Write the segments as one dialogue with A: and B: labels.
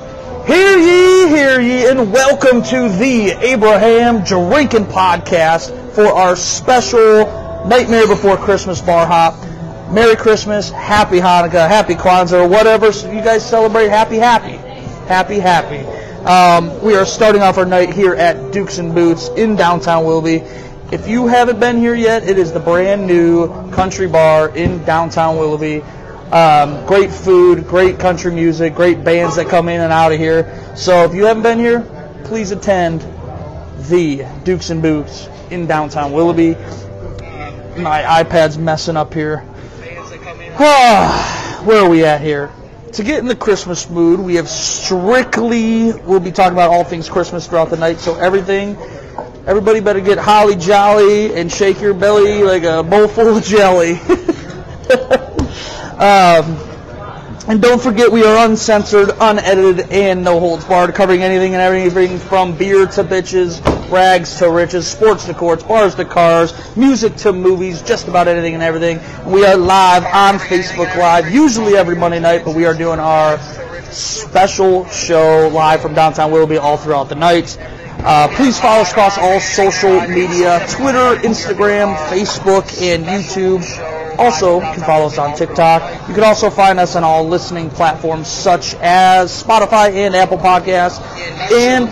A: Hear ye, hear ye, and welcome to the Abraham Drinking Podcast for our special Nightmare Before Christmas bar hop. Merry Christmas, Happy Hanukkah, Happy Kwanzaa, whatever you guys celebrate. Happy, happy, happy, happy. Um, we are starting off our night here at Dukes and Boots in downtown Willoughby. If you haven't been here yet, it is the brand new country bar in downtown Willoughby. Um, great food, great country music, great bands that come in and out of here. So if you haven't been here, please attend the Dukes and Boots in downtown Willoughby. My iPad's messing up here. Where are we at here? To get in the Christmas mood, we have strictly, we'll be talking about all things Christmas throughout the night, so everything, everybody better get holly jolly and shake your belly like a bowl full of jelly. Um, and don't forget, we are uncensored, unedited, and no holds barred, covering anything and everything from beer to bitches, rags to riches, sports to courts, bars to cars, music to movies, just about anything and everything. We are live on Facebook Live, usually every Monday night, but we are doing our special show live from downtown Willoughby all throughout the night. Uh, please follow us across all social media Twitter, Instagram, Facebook, and YouTube. Also, you can follow us on TikTok. You can also find us on all listening platforms such as Spotify and Apple Podcasts and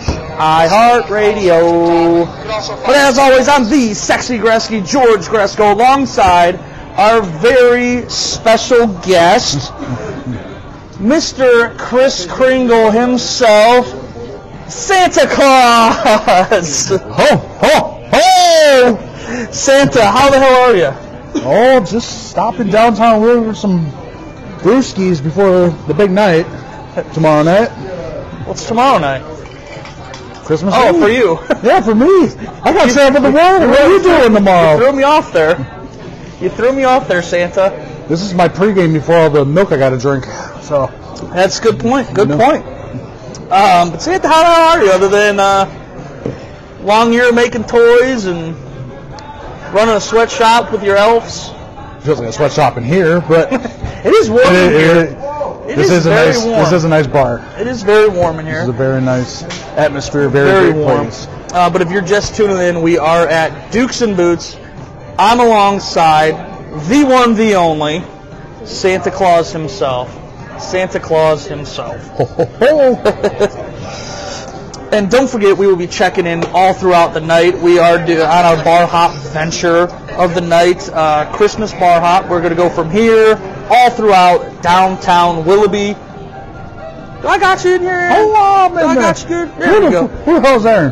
A: iHeartRadio. But as always, I'm the sexy Gresky, George Gresco, alongside our very special guest, Mr. Chris Kringle himself, Santa Claus. Ho, ho, ho! Santa, how the hell are you?
B: Oh, just stopping downtown River for some brewskis before the big night tomorrow night.
A: What's tomorrow night?
B: Christmas.
A: Oh,
B: Eve.
A: for you.
B: Yeah, for me. I got Santa the Water. What are you doing
A: You
B: tomorrow?
A: threw me off there. You threw me off there, Santa.
B: This is my pregame before all the milk I got to drink. So
A: That's a good point. Good
B: No.
A: point. Um, but Santa, how the hell are you other than uh, long year making toys and running a sweatshop with your elves?
B: feels like a sweatshop in here, but it,
A: It is warm in here.
B: it-
A: It
B: this
A: is
B: a
A: very
B: nice.
A: warm.
B: This is a nice bar.
A: It is very warm in
B: This is a
A: here.
B: very nice atmosphere. Very,
A: Very
B: great
A: warm.
B: place.
A: Uh, but if you're just tuning in, we are at Dukes and Boots. I'm alongside the one, the only, Santa Claus himself. Santa Claus himself.
B: Ho, ho, ho.
A: And don't forget, we will be checking in all throughout the night. We are do- on our bar hop venture of the night, uh, Christmas bar hop. We're going to go from here all throughout downtown Willoughby. Do I got you in here? Aaron?
B: Hello,
A: Do I
B: man.
A: got you good? There we go.
B: Who the hell's Aaron?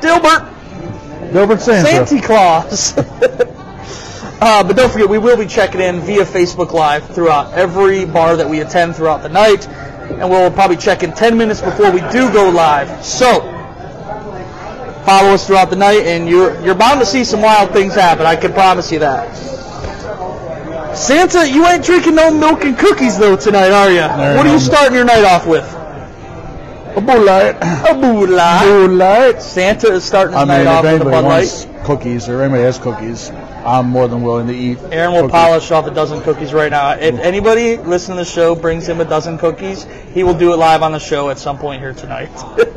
A: Dilbert.
B: Gilbert Santa.
A: Santa Claus. uh, but don't forget, we will be checking in via Facebook Live throughout every bar that we attend throughout the night, and we'll probably check in 10 minutes before we do go live. So follow us throughout the night, and you're you're bound to see some wild things happen. I can promise you that. Santa, you ain't drinking no milk and cookies though tonight, are you?
B: No,
A: What are
B: no.
A: you starting your night off with?
B: A Bud Light.
A: A Bud Light.
B: Bud Light.
A: Santa is starting his
B: I mean,
A: night off
B: if
A: with a
B: anybody
A: Bud Light.
B: wants cookies or anybody has cookies, I'm more than willing to eat.
A: Aaron will
B: cookies.
A: polish off a dozen cookies right now. If anybody listening to the show brings him a dozen cookies, he will do it live on the show at some point here tonight.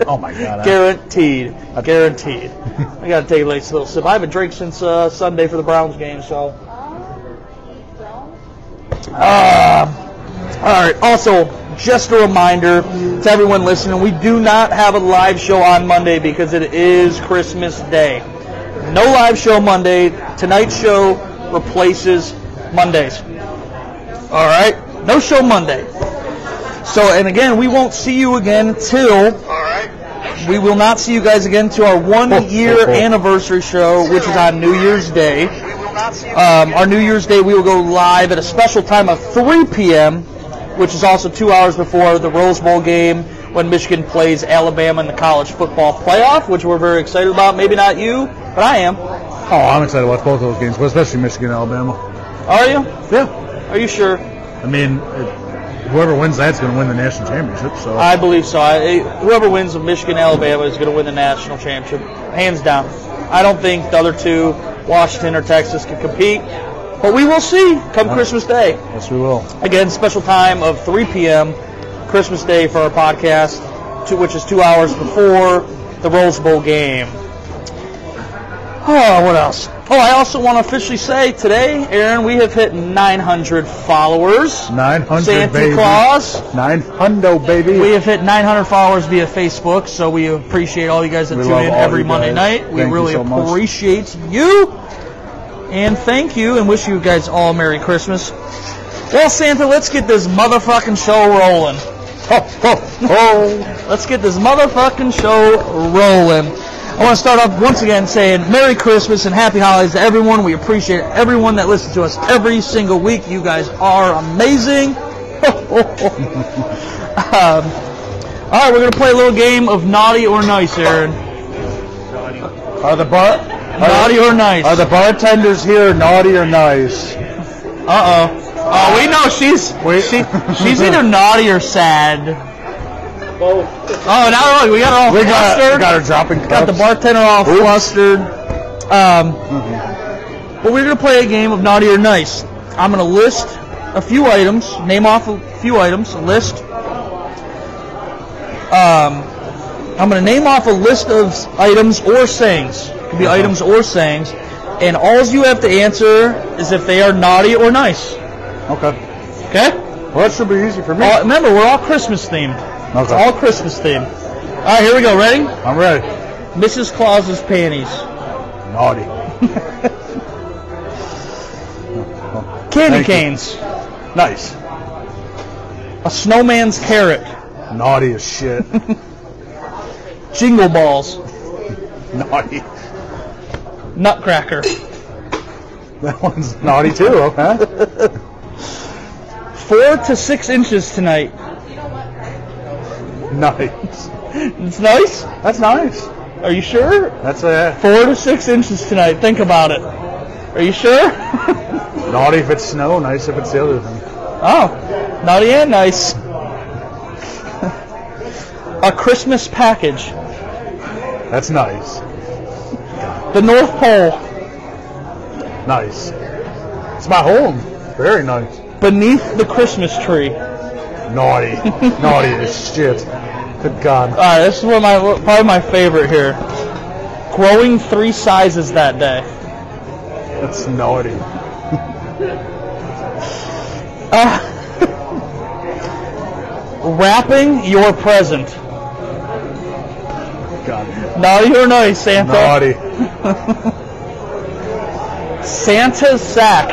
B: Oh my god! I,
A: Guaranteed. Guaranteed. I gotta take a late little sip. I haven't drank since uh, Sunday for the Browns game, so. Uh, all right. Also, just a reminder to everyone listening: we do not have a live show on Monday because it is Christmas Day. No live show Monday. Tonight's show replaces Mondays. All right. No show Monday. So, and again, we won't see you again till we will not see you guys again to our one year anniversary show, which is on New Year's Day. Um, our New Year's Day, we will go live at a special time of 3 p.m., which is also two hours before the Rose Bowl game when Michigan plays Alabama in the college football playoff, which we're very excited about. Maybe not you, but I am.
B: oh, I'm excited to watch both those games, but especially Michigan, and Alabama.
A: Are you?
B: Yeah.
A: Are you sure?
B: I mean, it, whoever wins that's going to win the national championship. So
A: I believe so. I, whoever wins Michigan Alabama is going to win the national championship, hands down. I don't think the other two, Washington or Texas, can compete, but we will see come Christmas Day.
B: yes, we will.
A: Again, special time of 3 p.m. Christmas Day for our podcast. two, which is two hours before the Rose Bowl game. Oh, what else? Oh, I also want to officially say today, Aaron, we have hit 900 followers.
B: 900,
A: Santa
B: baby.
A: Claus.
B: Nine hundo, baby.
A: We have hit 900 followers via Facebook, so we appreciate all you guys that
B: We
A: tune
B: love
A: in
B: all
A: every
B: you
A: Monday
B: guys.
A: night. We
B: Thank you
A: really
B: so much.
A: appreciate you. And thank you, and wish you guys all a Merry Christmas. Well, Santa, let's get this motherfucking show rolling.
B: Ho, ho, ho.
A: Oh, Let's get this motherfucking show rolling. I want to start off once again saying Merry Christmas and Happy Holidays to everyone. We appreciate everyone that listens to us every single week. You guys are amazing. Um, all right, we're going to play a little game of naughty or nice, Aaron.
B: Are the bar? Are
A: Naughty or nice.
B: Are the bartenders here naughty or nice?
A: Uh oh. Oh, we know she's
B: Wait.
A: she, she's either naughty or sad. Both. Oh, now look, we got her all
B: We got,
A: flustered.
B: we got her dropping
A: Got
B: cups.
A: the bartender all
B: Oops.
A: flustered. Um, but we're gonna play a game of naughty or nice. I'm gonna list a few items, name off a few items, list. Um, I'm gonna name off a list of s- items or sayings. It could be
B: Uh-huh.
A: items or sayings, and all you have to answer is if they are naughty or nice.
B: Okay.
A: Okay?
B: Well, that should be easy for me.
A: All, remember, we're all Christmas themed. It's
B: Okay.
A: all Christmas themed. All right, here we go. Ready?
B: I'm ready.
A: Mrs. Claus's panties.
B: Naughty.
A: Candy
B: Thank you.
A: canes.
B: Nice.
A: A snowman's carrot.
B: Naughty as shit.
A: Jingle balls.
B: naughty.
A: Nutcracker.
B: That one's naughty too, okay?
A: Four to six inches tonight.
B: nice.
A: It's nice.
B: That's nice.
A: Are you sure?
B: That's uh, a
A: Four to six inches tonight. Think about it. Are you sure?
B: naughty if it's snow, nice if it's the other thing.
A: oh, naughty and nice. A Christmas package.
B: That's nice.
A: The North Pole.
B: Nice. It's my home. Very nice.
A: Beneath the Christmas tree.
B: Naughty. naughty as shit. Good God.
A: All right, this is one of my probably my favorite here. Growing three sizes that day.
B: That's naughty.
A: Uh, wrapping your present.
B: God.
A: Naughty or nice, Santa?
B: Naughty.
A: Santa's sack.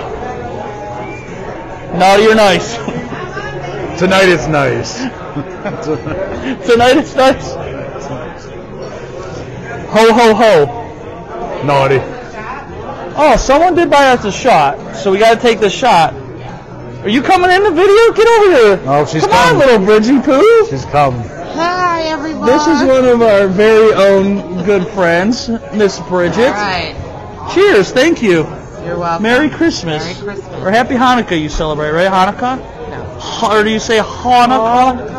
A: Naughty or nice?
B: Tonight it's nice.
A: Tonight it's nice. Ho ho ho.
B: naughty.
A: Oh, someone did buy us a shot, so we gotta take this shot. Are you coming in the video? Get over here.
B: Oh, she's
A: Come on,
B: coming.
A: little Bridgie Poo.
B: She's come.
C: Hi, everyone.
A: This is one of our very own good friends, Miss Bridget.
C: All right.
A: Cheers, thank you.
C: You're welcome.
A: Merry Christmas.
C: Merry Christmas.
A: Or Happy Hanukkah you celebrate, right? Hanukkah?
C: No.
A: Ha- Or do you say Hanukkah?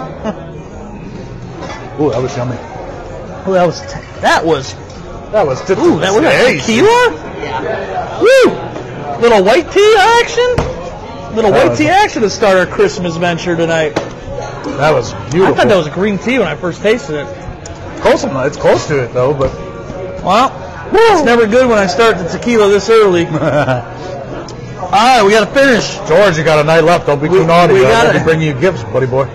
B: Ooh, that was yummy.
A: Oh, that was that was
B: That was t-
A: ooh that was a tequila. Woo! Little white tea action. Little
B: That
A: white
B: was-
A: tea action to start our Christmas venture tonight.
B: That was beautiful.
A: I thought that was green tea when I first tasted it.
B: close. enough. It's close to it though, but
A: Well, it's never good when I start the tequila this early. All right, we got to finish.
B: George, you got a night left. Don't be
A: We-
B: too naughty.
A: we
B: We
A: gotta-
B: got to bring you gifts, buddy boy.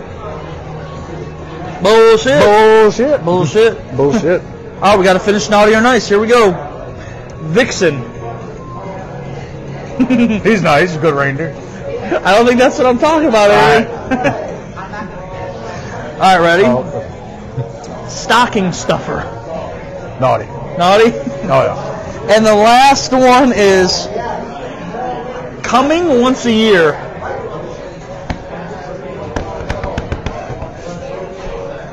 A: Bullshit.
B: Bullshit.
A: Bullshit.
B: Bullshit.
A: Oh, we gotta finish naughty or nice. Here we go. Vixen.
B: He's nice. He's a good reindeer.
A: I don't think that's what I'm talking about, Aaron. All right, ready?
B: Oh,
A: Stocking stuffer.
B: naughty.
A: Naughty.
B: Oh yeah.
A: And the last one is coming once a year.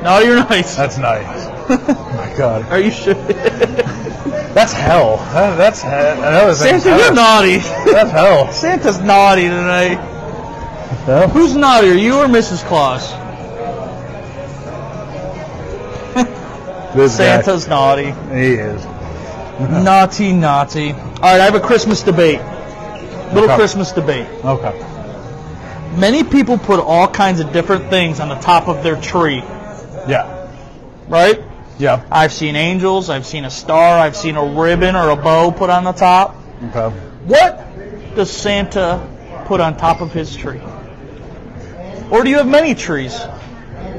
A: Naughty or nice?
B: That's nice. oh my God.
A: Are you sure?
B: That's hell. That, that's he- that was
A: Santa, you're naughty.
B: That's hell.
A: Santa's naughty tonight.
B: Yeah.
A: Who's naughtier, you or Mrs. Claus?
B: This guy.
A: Santa's naughty.
B: He is.
A: naughty, naughty. All right, I have a Christmas debate. Little
B: Okay.
A: Christmas debate.
B: Okay.
A: Many people put all kinds of different things on the top of their tree.
B: Yeah.
A: right?
B: Yeah.
A: I've seen angels, I've seen a star, I've seen a ribbon or a bow put on the top.
B: Okay.
A: What does Santa put on top of his tree? Or do you have many trees?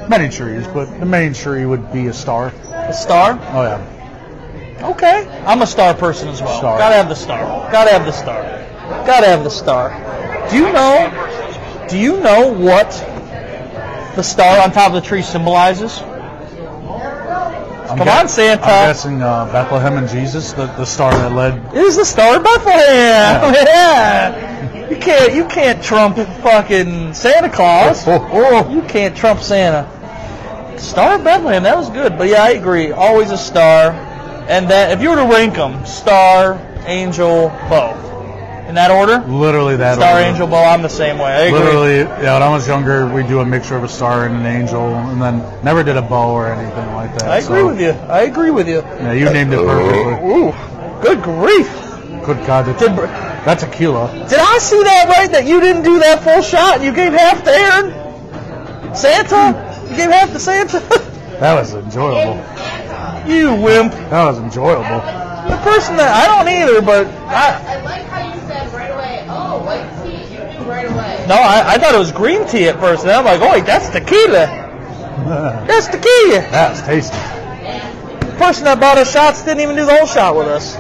B: Many trees, but the main tree would be a star.
A: A star?
B: Oh yeah.
A: Okay. I'm a star person as well.
B: Star.
A: Gotta have the star. Gotta have the star. Gotta have the star. Do you know? Do you know what the star on top of the tree symbolizes?
B: I'm
A: Come
B: guess-
A: on, Santa.
B: I'm guessing uh, Bethlehem and Jesus, the, the star that led.
A: It is the Star of Bethlehem.
B: Yeah.
A: Yeah. You can't you can't trump fucking Santa Claus.
B: Oh, oh.
A: You can't trump Santa. Star of Bethlehem, that was good. But yeah, I agree. Always a star. And that if you were to rank them, star, angel, bow. In that order?
B: Literally that.
A: Star,
B: order.
A: angel, bow. I'm the same way. I agree.
B: Literally, yeah. When I was younger, we do a mixture of a star and an angel, and then never did a bow or anything like that.
A: I agree
B: so-
A: with you. I agree with you.
B: Yeah, you named it perfectly.
A: Ooh, good grief.
B: Good God, that's,
A: Did,
B: that's tequila.
A: Did I see that right? That you didn't do that full shot and you gave half to Aaron? Santa? You gave half to Santa?
B: That was enjoyable.
A: you wimp.
B: That was enjoyable.
A: The person that I don't either, but I
D: I like how you said right away, oh, white tea. You knew right away.
A: no, I, I thought it was green tea at first, and I'm like, oh, wait, that's tequila. That's tequila.
B: That's tasty.
A: The person that bought us shots didn't even do the whole shot with us.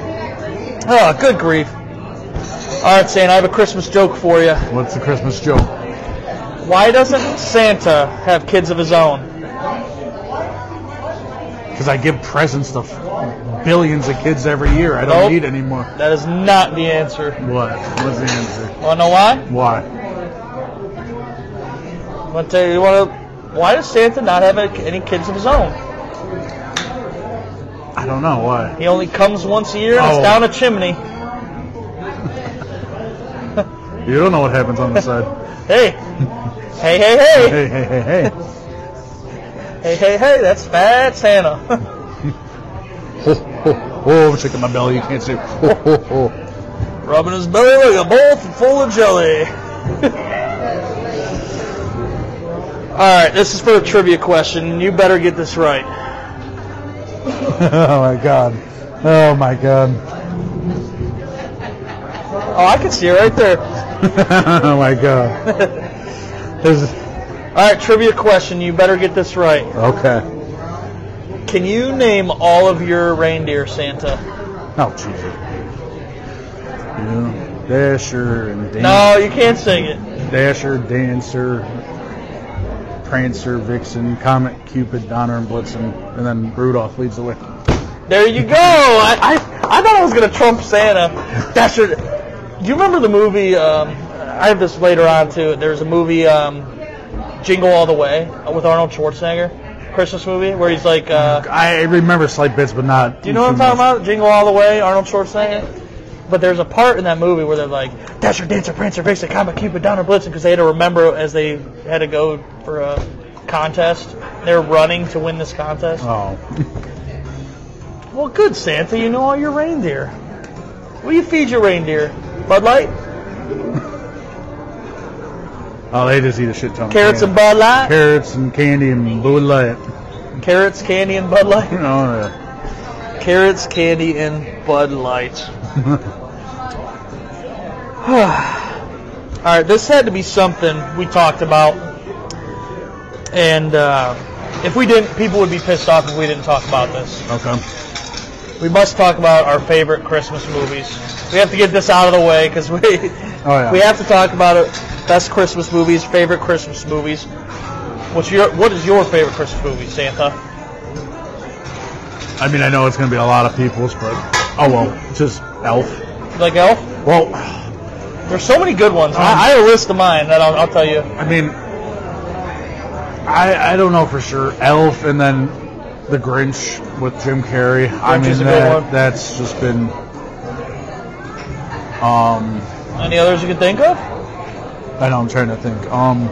A: Oh, good grief. All right, Santa, I have a Christmas joke for you.
B: What's the Christmas joke?
A: Why doesn't Santa have kids of his own?
B: Because I give presents to f- billions of kids every year. I don't
A: Nope.
B: need any more.
A: That is not the answer.
B: What? What's the answer?
A: Wanna know why?
B: Why?
A: Want to tell you, you want to? Why does Santa not have any kids of his own?
B: I don't know why.
A: He only comes once a year and
B: Oh.
A: it's down a chimney.
B: You don't know what happens on the side.
A: Hey, hey, hey, hey,
B: hey, hey, hey, hey.
A: hey, hey, hey! That's fat Santa.
B: Ho, ho, ho, I'm shaking my belly. You can't see. Ho, ho, ho.
A: Rubbing his belly like a bowl full of jelly. All right, this is for a trivia question. You better get this right.
B: oh my god. Oh my god.
A: Oh, I can see it right there.
B: oh my god. There's.
A: All right, trivia question. You better get this right.
B: Okay.
A: Can you name all of your reindeer, Santa?
B: Oh Jesus. You know, Dasher and Dan-
A: No, you can't sing it.
B: Dasher, Dancer, Prancer, Vixen, Comet, Cupid, Donner, and Blitzen, and then Rudolph leads the way.
A: There you go. I, I, I thought I was gonna trump Santa. That's your. Do you remember the movie? Um, I have this later on too. There's a movie, um, Jingle All the Way, uh, with Arnold Schwarzenegger, Christmas movie, where he's like, uh,
B: I remember slight bits, but not.
A: do you know what I'm talking about? Jingle All the Way, Arnold Schwarzenegger. But there's a part in that movie where they're like, Dasher, Dancer, Prancer, Vixen, Comet, Cupid, Donner, Blitzen, because they had to remember as they had to go for a contest. They're running to win this contest.
B: Oh,
A: Well, good, Santa. You know all your reindeer. What do you feed your reindeer? Bud Light?
B: oh, they just eat a shit ton.
A: Carrots
B: of
A: and
B: candy.
A: Bud Light?
B: Carrots and candy and blue light.
A: Carrots, candy, and Bud Light?
B: You know,
A: Carrots, candy, and Bud Light.
B: uh,
A: All right, this had to be something we talked about. And uh, if we didn't, people would be pissed off if we didn't talk about this.
B: okay.
A: We must talk about our favorite Christmas movies. We have to get this out of the way because we,
B: Oh, yeah.
A: we have to talk about it. Best Christmas movies, favorite Christmas movies. What's your What is your favorite Christmas movie, Santa?
B: I mean, I know it's gonna be a lot of people's, but oh well, just Elf.
A: Like Elf?
B: Well,
A: There's so many good ones. I, I have a list of mine that I'll, I'll tell you.
B: I mean, I I don't know for sure. Elf and then the Grinch with Jim Carrey. I
A: Grinch
B: mean,
A: is a good
B: that,
A: one.
B: that's just been. Um,
A: Any others you can think of?
B: I know I'm trying to think. Um,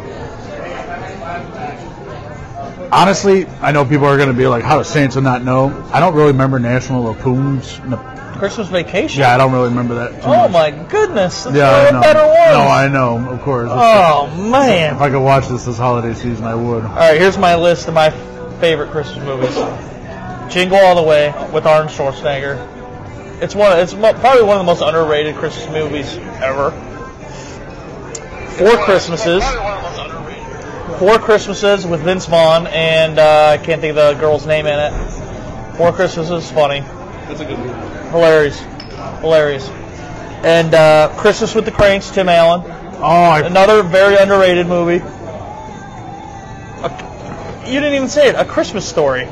B: honestly, I know people are gonna be like, "How does Santa not know?" I don't really remember National Lampoon's. No,
A: Christmas Vacation.
B: yeah, I don't really remember that. Too
A: Oh
B: much.
A: my goodness. That's
B: Yeah,
A: one
B: I
A: of
B: know.
A: the better ones.
B: No, I know, of course.
A: Oh
B: If
A: man.
B: I could watch this this holiday season, I would.
A: All right, here's my list of my favorite Christmas movies. Jingle All the Way with Arnold Schwarzenegger. It's one. It's mo- probably one of the most underrated Christmas movies ever. Four Christmases. Four Christmases with Vince Vaughn and uh, I can't think of the girl's name in it. Four Christmases is funny
E: That's a good movie.
A: hilarious, hilarious. And uh, Christmas with the Cranks, Tim Allen,
B: Oh, I,
A: another very underrated movie. A, you didn't even say it. A Christmas Story.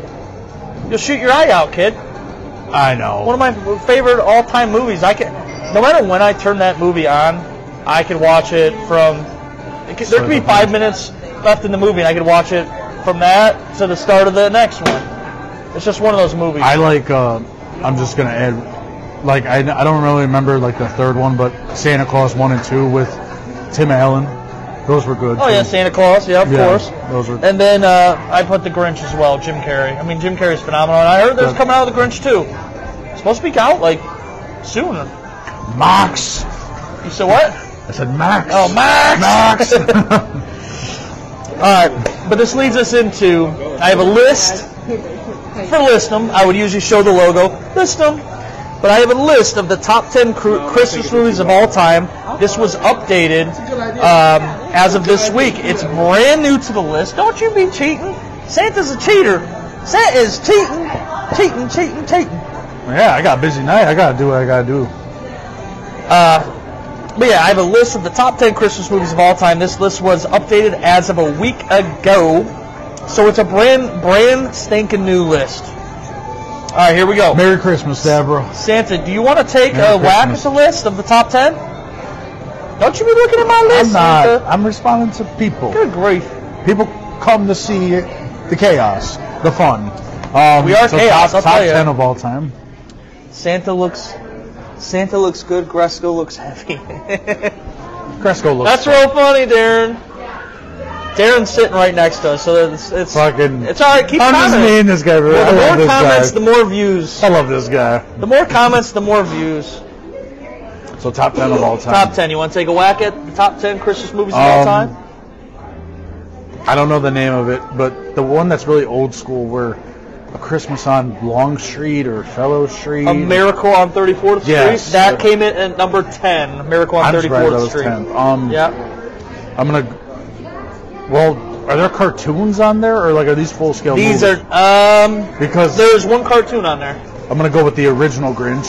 A: You'll shoot your eye out, kid.
B: I know.
A: One of my favorite all-time movies. I can, no matter when I turn that movie on, I could watch it from. It could, there could be five minutes left in the movie, and I could watch it from that to the start of the next one. It's just one of those movies.
B: I like. Uh, I'm just gonna add. Like I, I don't really remember like the third one, but Santa Claus one and two with Tim Allen. Those were good.
A: Oh
B: too.
A: yeah, Santa Claus. Yeah, of
B: Yeah,
A: course.
B: those are-
A: And then uh, I put the Grinch as well, Jim Carrey. I mean, Jim Carrey's phenomenal. And I heard there's
B: Yeah.
A: coming out of the Grinch too. It's supposed to be out like soon.
B: Max.
A: You said what?
B: I said Max.
A: Oh, Max.
B: Max.
A: All right, but this leads us into I have a list for list them. I would usually show the logo, list them, but I have a list of the top 10 cru- Christmas movies of all time. This was updated um, as of this week. It's brand new to the list. Don't you be cheating. Santa's a cheater. Santa is cheating, cheating, cheating, cheating.
B: yeah, I got a busy night. I gotta do what I gotta do.
A: Uh, but yeah, I have a list of the top 10 Christmas movies of all time. This list was updated as of a week ago. So it's a brand, brand stinking new list. All right, here we go.
B: Merry Christmas, Deborah.
A: Santa, do you want to take
B: Merry
A: a whack at
B: Christmas.
A: the list of the top 10? Don't you be looking at my list,
B: I'm not.
A: Santa.
B: I'm responding to people.
A: Good grief.
B: People come to see the chaos, the fun. Um,
A: We are
B: so
A: chaos, I'll
B: Top,
A: tell
B: top
A: ya.
B: ten of all time.
A: Santa looks, Santa looks good. Gresco looks heavy.
B: Cresco looks.
A: That's real funny, Darren. Darren's sitting right next to us, so it's it's
B: Fucking.
A: it's all right. Keep
B: I'm just
A: commenting.
B: mean this guy. bro. I
A: Well,
B: love
A: the more
B: this
A: comments,
B: guy.
A: the more views.
B: I love this guy.
A: The more comments, the more views.
B: So top ten of all time.
A: Top 10. You want to take a whack at the top 10 Christmas movies of all
B: Um,
A: time?
B: I don't know the name of it, but the one that's really old school, where a Christmas on Long Street or Fellow Street.
A: A Miracle on 34th
B: Yes.
A: Street. That came in at number 10. Miracle on
B: I'm
A: 34th
B: surprised that was
A: Street.
B: 10th. Um,
A: Yeah.
B: I'm gonna. Well, are there cartoons on there, or like are these full scale?
A: These
B: movies?
A: are um.
B: because
A: There's one cartoon on there.
B: I'm gonna go with the original Grinch.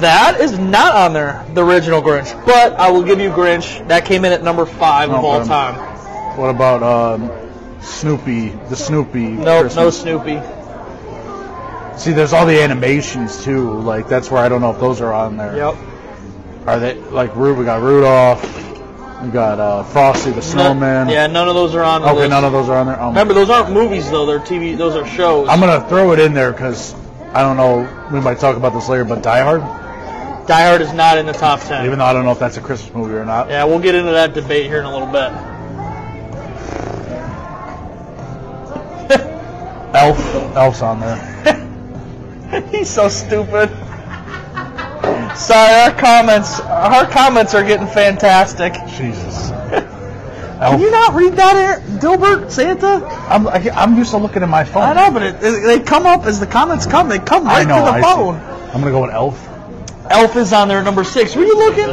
A: That is not on there. The original Grinch, but I will give you Grinch. That came in at number five of
B: Okay.
A: all time.
B: What about um, Snoopy? The Snoopy.
A: No, no
B: Christmas.
A: Snoopy.
B: See, there's all the animations too. Like that's where I don't know if those are on there.
A: Yep.
B: Are they like Ru- we got Rudolph? We got uh, Frosty the Snowman.
A: No- yeah, none of those are on. the
B: Okay,
A: list.
B: none of those are on there. Um,
A: Remember, those aren't movies though. They're TV. Those are shows.
B: I'm gonna throw it in there because I don't know. We might talk about this later, but Die Hard,
A: Die Hard is not in the top ten.
B: even though I don't know if that's a Christmas movie or not.
A: yeah, we'll get into that debate here in a little bit.
B: Elf, Elf's on there.
A: He's so stupid. Sorry, our comments, our comments are getting fantastic.
B: Jesus.
A: Can
B: Elf.
A: you not read that, Eric? Dilbert, Santa?
B: I'm I, am i am used to looking at my phone.
A: I know, but it, it- they come up as the comments come. They come
B: I
A: right
B: know.
A: to the
B: I see.
A: phone.
B: I'm gonna go with Elf.
A: Elf is on there, number six. Were you looking?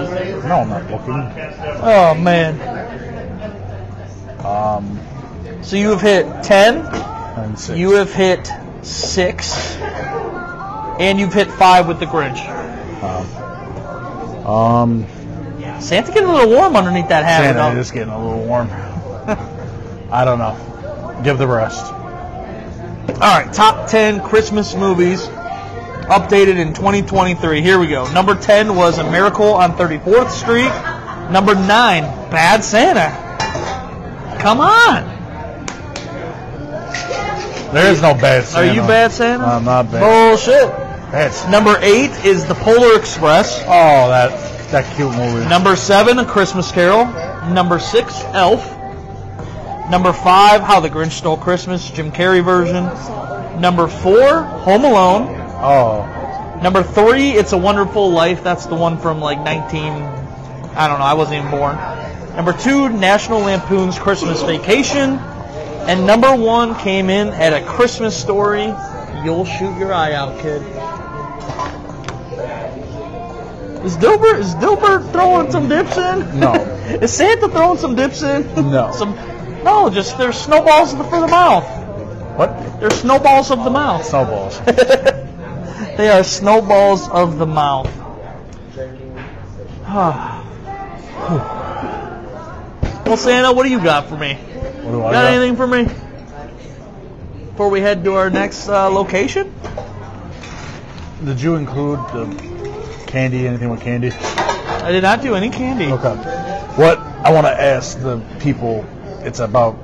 B: No, I'm not looking.
A: Oh man.
B: Um,
A: So you have hit ten.
B: and six.
A: You have hit six, and you've hit five with the Grinch.
B: Um,
A: Santa getting a little warm underneath that hat.
B: Santa
A: without-
B: is getting a little warm. I don't know. Give the rest.
A: All right, top 10 Christmas movies updated in 2023. Here we go. Number 10 was A Miracle on 34th Street. Number 9, Bad Santa. Come on.
B: There is no bad Santa.
A: Are you Bad Santa?
B: I'm not bad.
A: Bullshit.
B: Bad Santa.
A: Number 8 is The Polar Express.
B: Oh, that that cute movie.
A: Number 7, A Christmas Carol. Number 6, Elf. Number 5, How the Grinch Stole Christmas, Jim Carrey version. Number 4, Home Alone.
B: Oh,
A: Number three, It's a Wonderful Life. That's the one from like 19. I don't know. I wasn't even born. Number two, National Lampoon's Christmas Vacation. And number one came in at a Christmas story. You'll shoot your eye out, kid. Is Dilbert is Dilbert throwing some dips in?
B: No.
A: is Santa throwing some dips in?
B: No.
A: some No, just there's snowballs for the mouth.
B: What?
A: They're snowballs of the mouth.
B: Snowballs.
A: they are snowballs of the mouth. Ah. well, Santa, what do you got for me?
B: What do I
A: Got anything for me? Before we head to our next uh, location?
B: Did you include the candy? Anything with candy?
A: I did not do any candy.
B: Okay. What I want to ask the people, it's about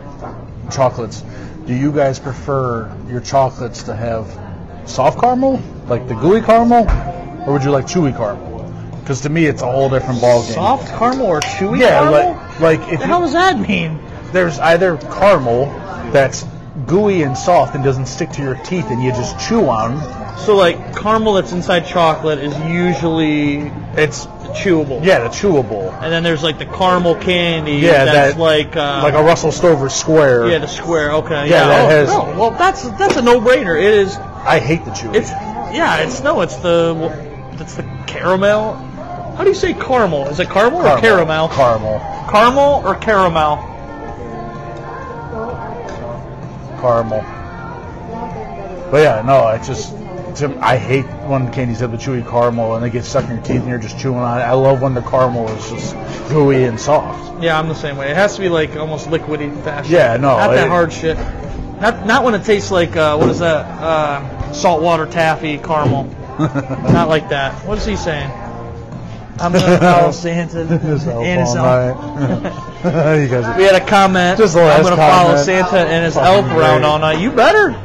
B: chocolates. Do you guys prefer your chocolates to have soft caramel, like the gooey caramel, or would you like chewy caramel? Because to me, it's a whole different ballgame.
A: Soft caramel or chewy
B: Yeah,
A: caramel?
B: like like if
A: the hell
B: you-
A: does that mean?
B: there's either caramel that's gooey and soft and doesn't stick to your teeth and you just chew on.
A: So like caramel that's inside chocolate is usually
B: It's
A: chewable.
B: yeah, the chewable.
A: And then there's like the caramel candy
B: Yeah,
A: that's
B: that-
A: like uh,
B: like a Russell Stover square.
A: Yeah, the square. Okay.
B: Yeah, that
A: oh,
B: has-
A: no, well, that's that's a no-brainer. It is.
B: I hate the chewy.
A: It's yeah. It's no. It's the it's the caramel. How do you say caramel? Is it caramel, or caramel?
B: Caramel.
A: caramel or caramel?
B: Caramel. But yeah, no, I just to, I hate when candies have the chewy caramel and they get stuck in your teeth and you're just chewing on it. I love when the caramel is just gooey and soft.
A: Yeah, I'm the same way. It has to be like almost liquidy fashion.
B: Yeah, no,
A: Not that
B: it-
A: hard shit. Not not when it tastes like uh, what is that? Uh, saltwater taffy caramel. not like that. What is he saying? I'm gonna follow Santa.
B: This elf
A: and his
B: all night. you guys are-
A: We had a comment.
B: Just the
A: I'm
B: last
A: gonna follow
B: comment.
A: Santa and his elf
B: Fucking
A: around
B: great.
A: all night. You better.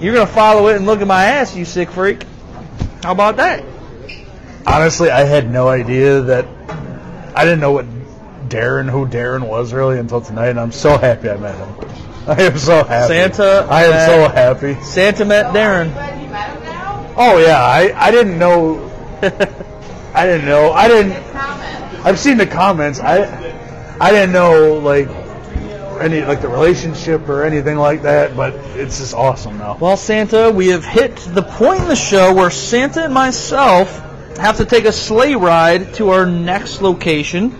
A: You're gonna follow it and look at my ass, you sick freak. How about that?
B: Honestly, I had no idea that I didn't know what Darren, who Darren was really until tonight, and I'm so happy I met him. I am so happy.
A: Santa
B: I am
A: met-
B: so happy.
A: Santa met Darren.
D: Glad you met him now?
B: Oh yeah, I, I didn't know. I didn't know. I didn't.
D: Comment.
B: I've seen the comments. I I didn't know like any like the relationship or anything like that, but it's just awesome now.
A: well, Santa, we have hit the point in the show where Santa and myself have to take a sleigh ride to our next location.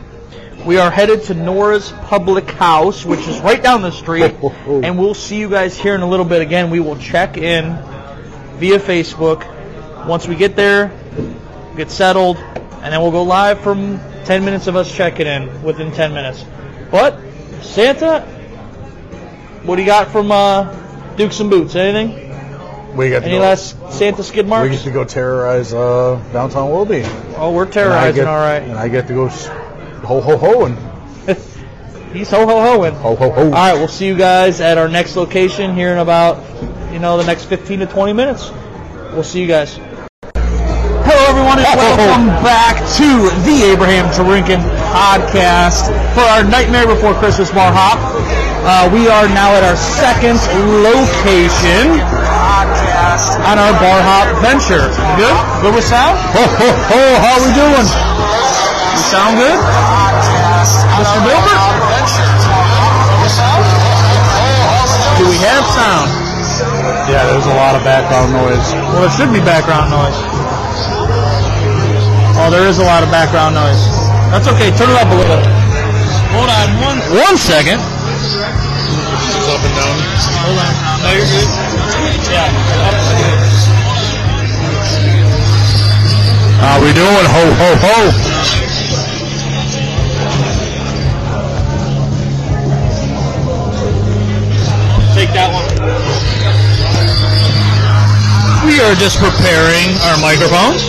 A: We are headed to Nora's Public House, which is right down the street, and we'll see you guys here in a little bit. Again, we will check in via Facebook. Once we get there, get settled, and then we'll go live from 10 minutes of us checking in within 10 minutes. But, Santa, what do you got from uh, Dukes and Boots? Anything?
B: We got to
A: Any
B: go,
A: last Santa skid
B: we
A: marks?
B: get to go terrorize uh, downtown Wilby.
A: Oh, we're
B: And I
A: terrorizing,
B: get-
A: all
B: And
A: right.
B: I get to go s- ho ho ho and
A: He's ho ho hoing.
B: ho ho ho.
A: All right, we'll see you guys at our next location here in about, you know, the next 15 to 20 minutes. We'll see you guys. Oh. Hello, everyone, and welcome back to the Abraham Drinking podcast for our Nightmare Before Christmas bar hop. Uh, we are now at our second location on our bar hop venture. You good? Good with sound?
B: Ho ho ho! How we doing?
A: You sound good? Mr. Dilbert? Do we have sound?
B: Yeah, there's a lot of background noise.
A: Well, there should be background noise. Oh, there is a lot of background noise. That's okay. Turn it up a little. Hold on one one second. Hold on. No, you're good. Yeah.
B: How we doing? Ho ho ho!
A: Take that one. We are just preparing our microphones.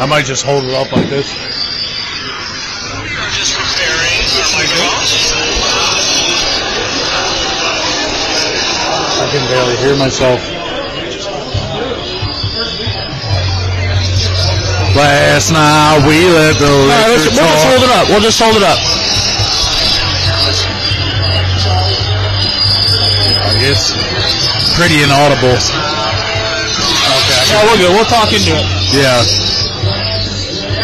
B: I might just hold it up like this. I can barely hear myself. Last night we let the liquor talk.
A: it up. We'll just hold it up.
B: It's pretty inaudible.
A: Yeah, we're good. We'll talk into it.
B: Yeah.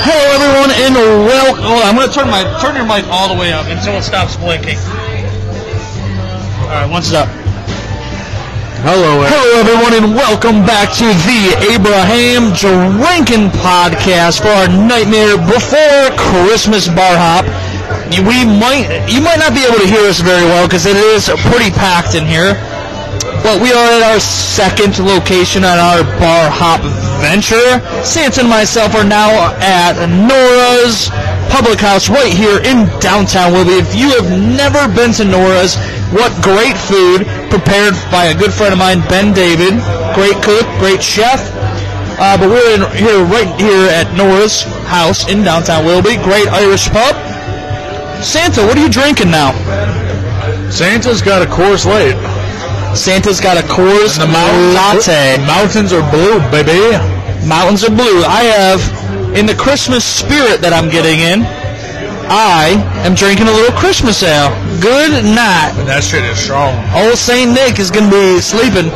A: Hello, everyone, and welcome. Oh, I'm going to turn my turn your mic all the way up until it stops blinking. All right, once it's up.
B: Hello,
A: Hello, everyone, and welcome back to the Abraham Drinking Podcast for our nightmare before Christmas bar hop. You- We might, you might not be able to hear us very well because it is pretty packed in here. But we are at our second location on our bar hop venture. Santa and myself are now at Nora's Public House right here in downtown Willoughby. If you have never been to Nora's, what great food prepared by a good friend of mine, Ben David. Great cook, great chef. Uh, but we're in here right here at Nora's house in downtown Willoughby. Great Irish pub. Santa, what are you drinking now?
B: Santa's got a course late.
A: Santa's got a Coors latte.
B: Mountains are blue, baby.
A: Mountains are blue. I have, in the Christmas spirit that I'm getting in, I am drinking a little Christmas ale. Good night.
B: That shit is strong.
A: Old Saint Nick is gonna be sleeping.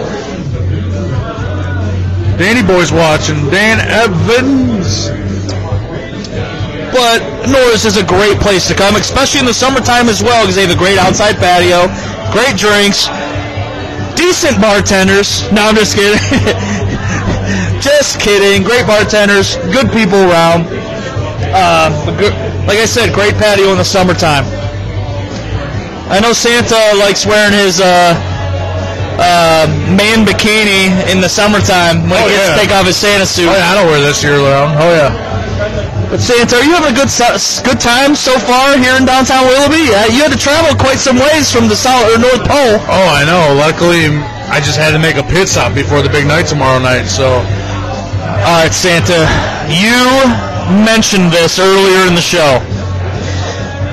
B: Danny Boy's watching. Dan Evans.
A: But Norris is a great place to come, especially in the summertime as well, because they have a great outside patio, great drinks, decent bartenders. No, I'm just kidding. just kidding. Great bartenders, good people around. Uh, a good- like I said, great patio in the summertime. I know Santa likes wearing his uh, uh, man bikini in the summertime when
B: Oh,
A: he gets
B: yeah.
A: to take off his Santa suit.
B: Oh, yeah, I don't wear this year round. Oh, yeah.
A: But Santa, are you having a good so- good time so far here in downtown Willoughby? Uh, you had to travel quite some ways from the south or North Pole.
B: Oh, I know. Luckily, I just had to make a pit stop before the big night tomorrow night, so.
A: All right, Santa, you mentioned this earlier in the show.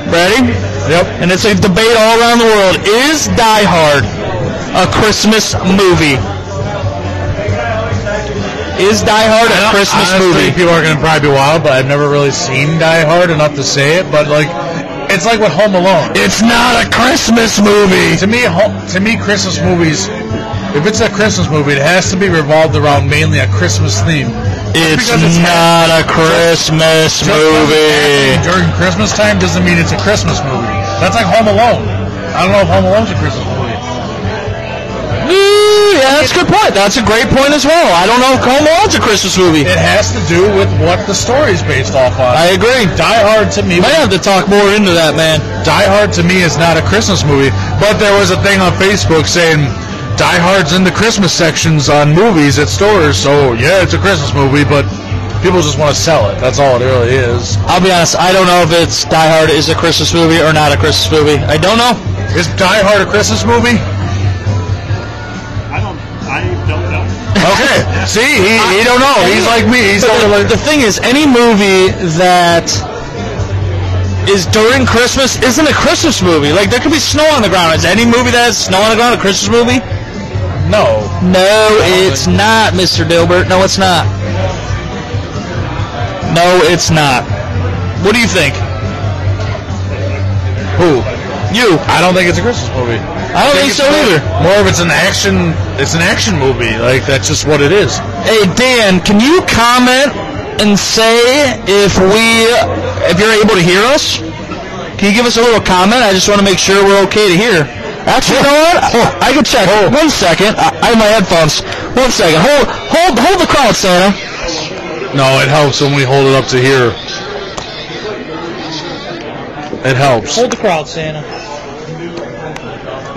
A: Ready?
B: Yep.
A: And it's a debate all around the world: Is Die Hard a Christmas movie? Is Die Hard a Christmas
B: Honestly,
A: movie?
B: People are going to probably be wild, but I've never really seen Die Hard enough to say it, but, like, it's like with Home Alone.
A: It's not a Christmas movie.
B: To me, ho- to me, Christmas movies. If it's a Christmas movie, it has to be revolved around mainly a Christmas theme.
A: It's
B: Because it's
A: not a Christmas
B: Just 'cause
A: movie.
B: it's during Christmas time doesn't mean it's a Christmas movie. That's like Home Alone. I don't know if Home Alone's a Christmas movie.
A: Mm, Yeah, that's a good point. That's a great point as well. I don't know if Home Alone's a Christmas movie.
B: It has to do with what the story's based off on.
A: I agree.
B: Die Hard to
A: You
B: me,
A: might have to talk more into that, man.
B: Die Hard to me is not a Christmas movie. But there was a thing on Facebook saying Die Hard's in the Christmas sections on movies at stores, so yeah, it's a Christmas movie, but people just want to sell it. That's all it really is.
A: I'll be honest. I don't know if it's Die Hard is a Christmas movie or not a Christmas movie. I don't know.
B: Is Die Hard a Christmas movie?
E: I don't. I don't know.
B: Okay. See, he, he don't know. He's like me. He's
A: But
B: over
A: the,
B: like
A: the thing is, any movie that is during Christmas isn't a Christmas movie. Like there could be snow on the ground. Is any movie that has snow on the ground a Christmas movie?
B: no.
A: No, it's not, Mr. Dilbert. No, it's not. No, it's not. What do you think?
B: Who?
A: You.
B: I don't think it's a Christmas movie.
A: I don't think
B: it's
A: so
B: more-
A: either.
B: More of it's an action. It's an action movie. Like that's just what it is.
A: Hey, Dan, can you comment and say if we, if you're able to hear us? Can you give us a little comment? I just want to make sure we're okay to hear. Actually, you know what? I, I can check. One second. I, I have my headphones. One second. Hold, hold, hold the crowd, Santa.
B: No, it helps when we hold it up to here. It helps.
A: the crowd, Santa.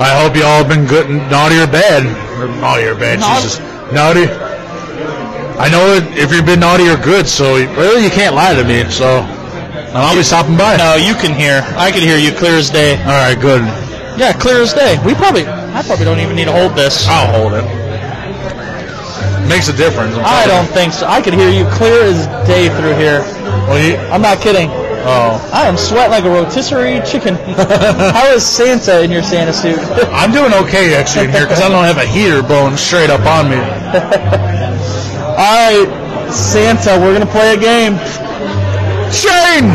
B: I hope you all have been good, naughty or bad. Or naughty or bad,
A: Naut-
B: Jesus. Naughty. I know it, if you've been naughty or good, so really you can't lie to me. So, and I'll be stopping by.
A: No, you can hear. I can hear you clear as day.
B: All right, good.
A: Yeah, clear as day. We probably, I probably don't even need to hold this.
B: I'll hold it. Makes a difference. I'm
A: I
B: telling
A: don't think so. I could hear you clear as day through here.
B: you. Well, you,
A: I'm not kidding.
B: oh,
A: I am sweating like a rotisserie chicken. How is Santa in your Santa suit?
B: I'm doing okay actually in here because I don't have a heater blowing straight up on me.
A: All right, Santa, we're gonna play a game.
B: Shane!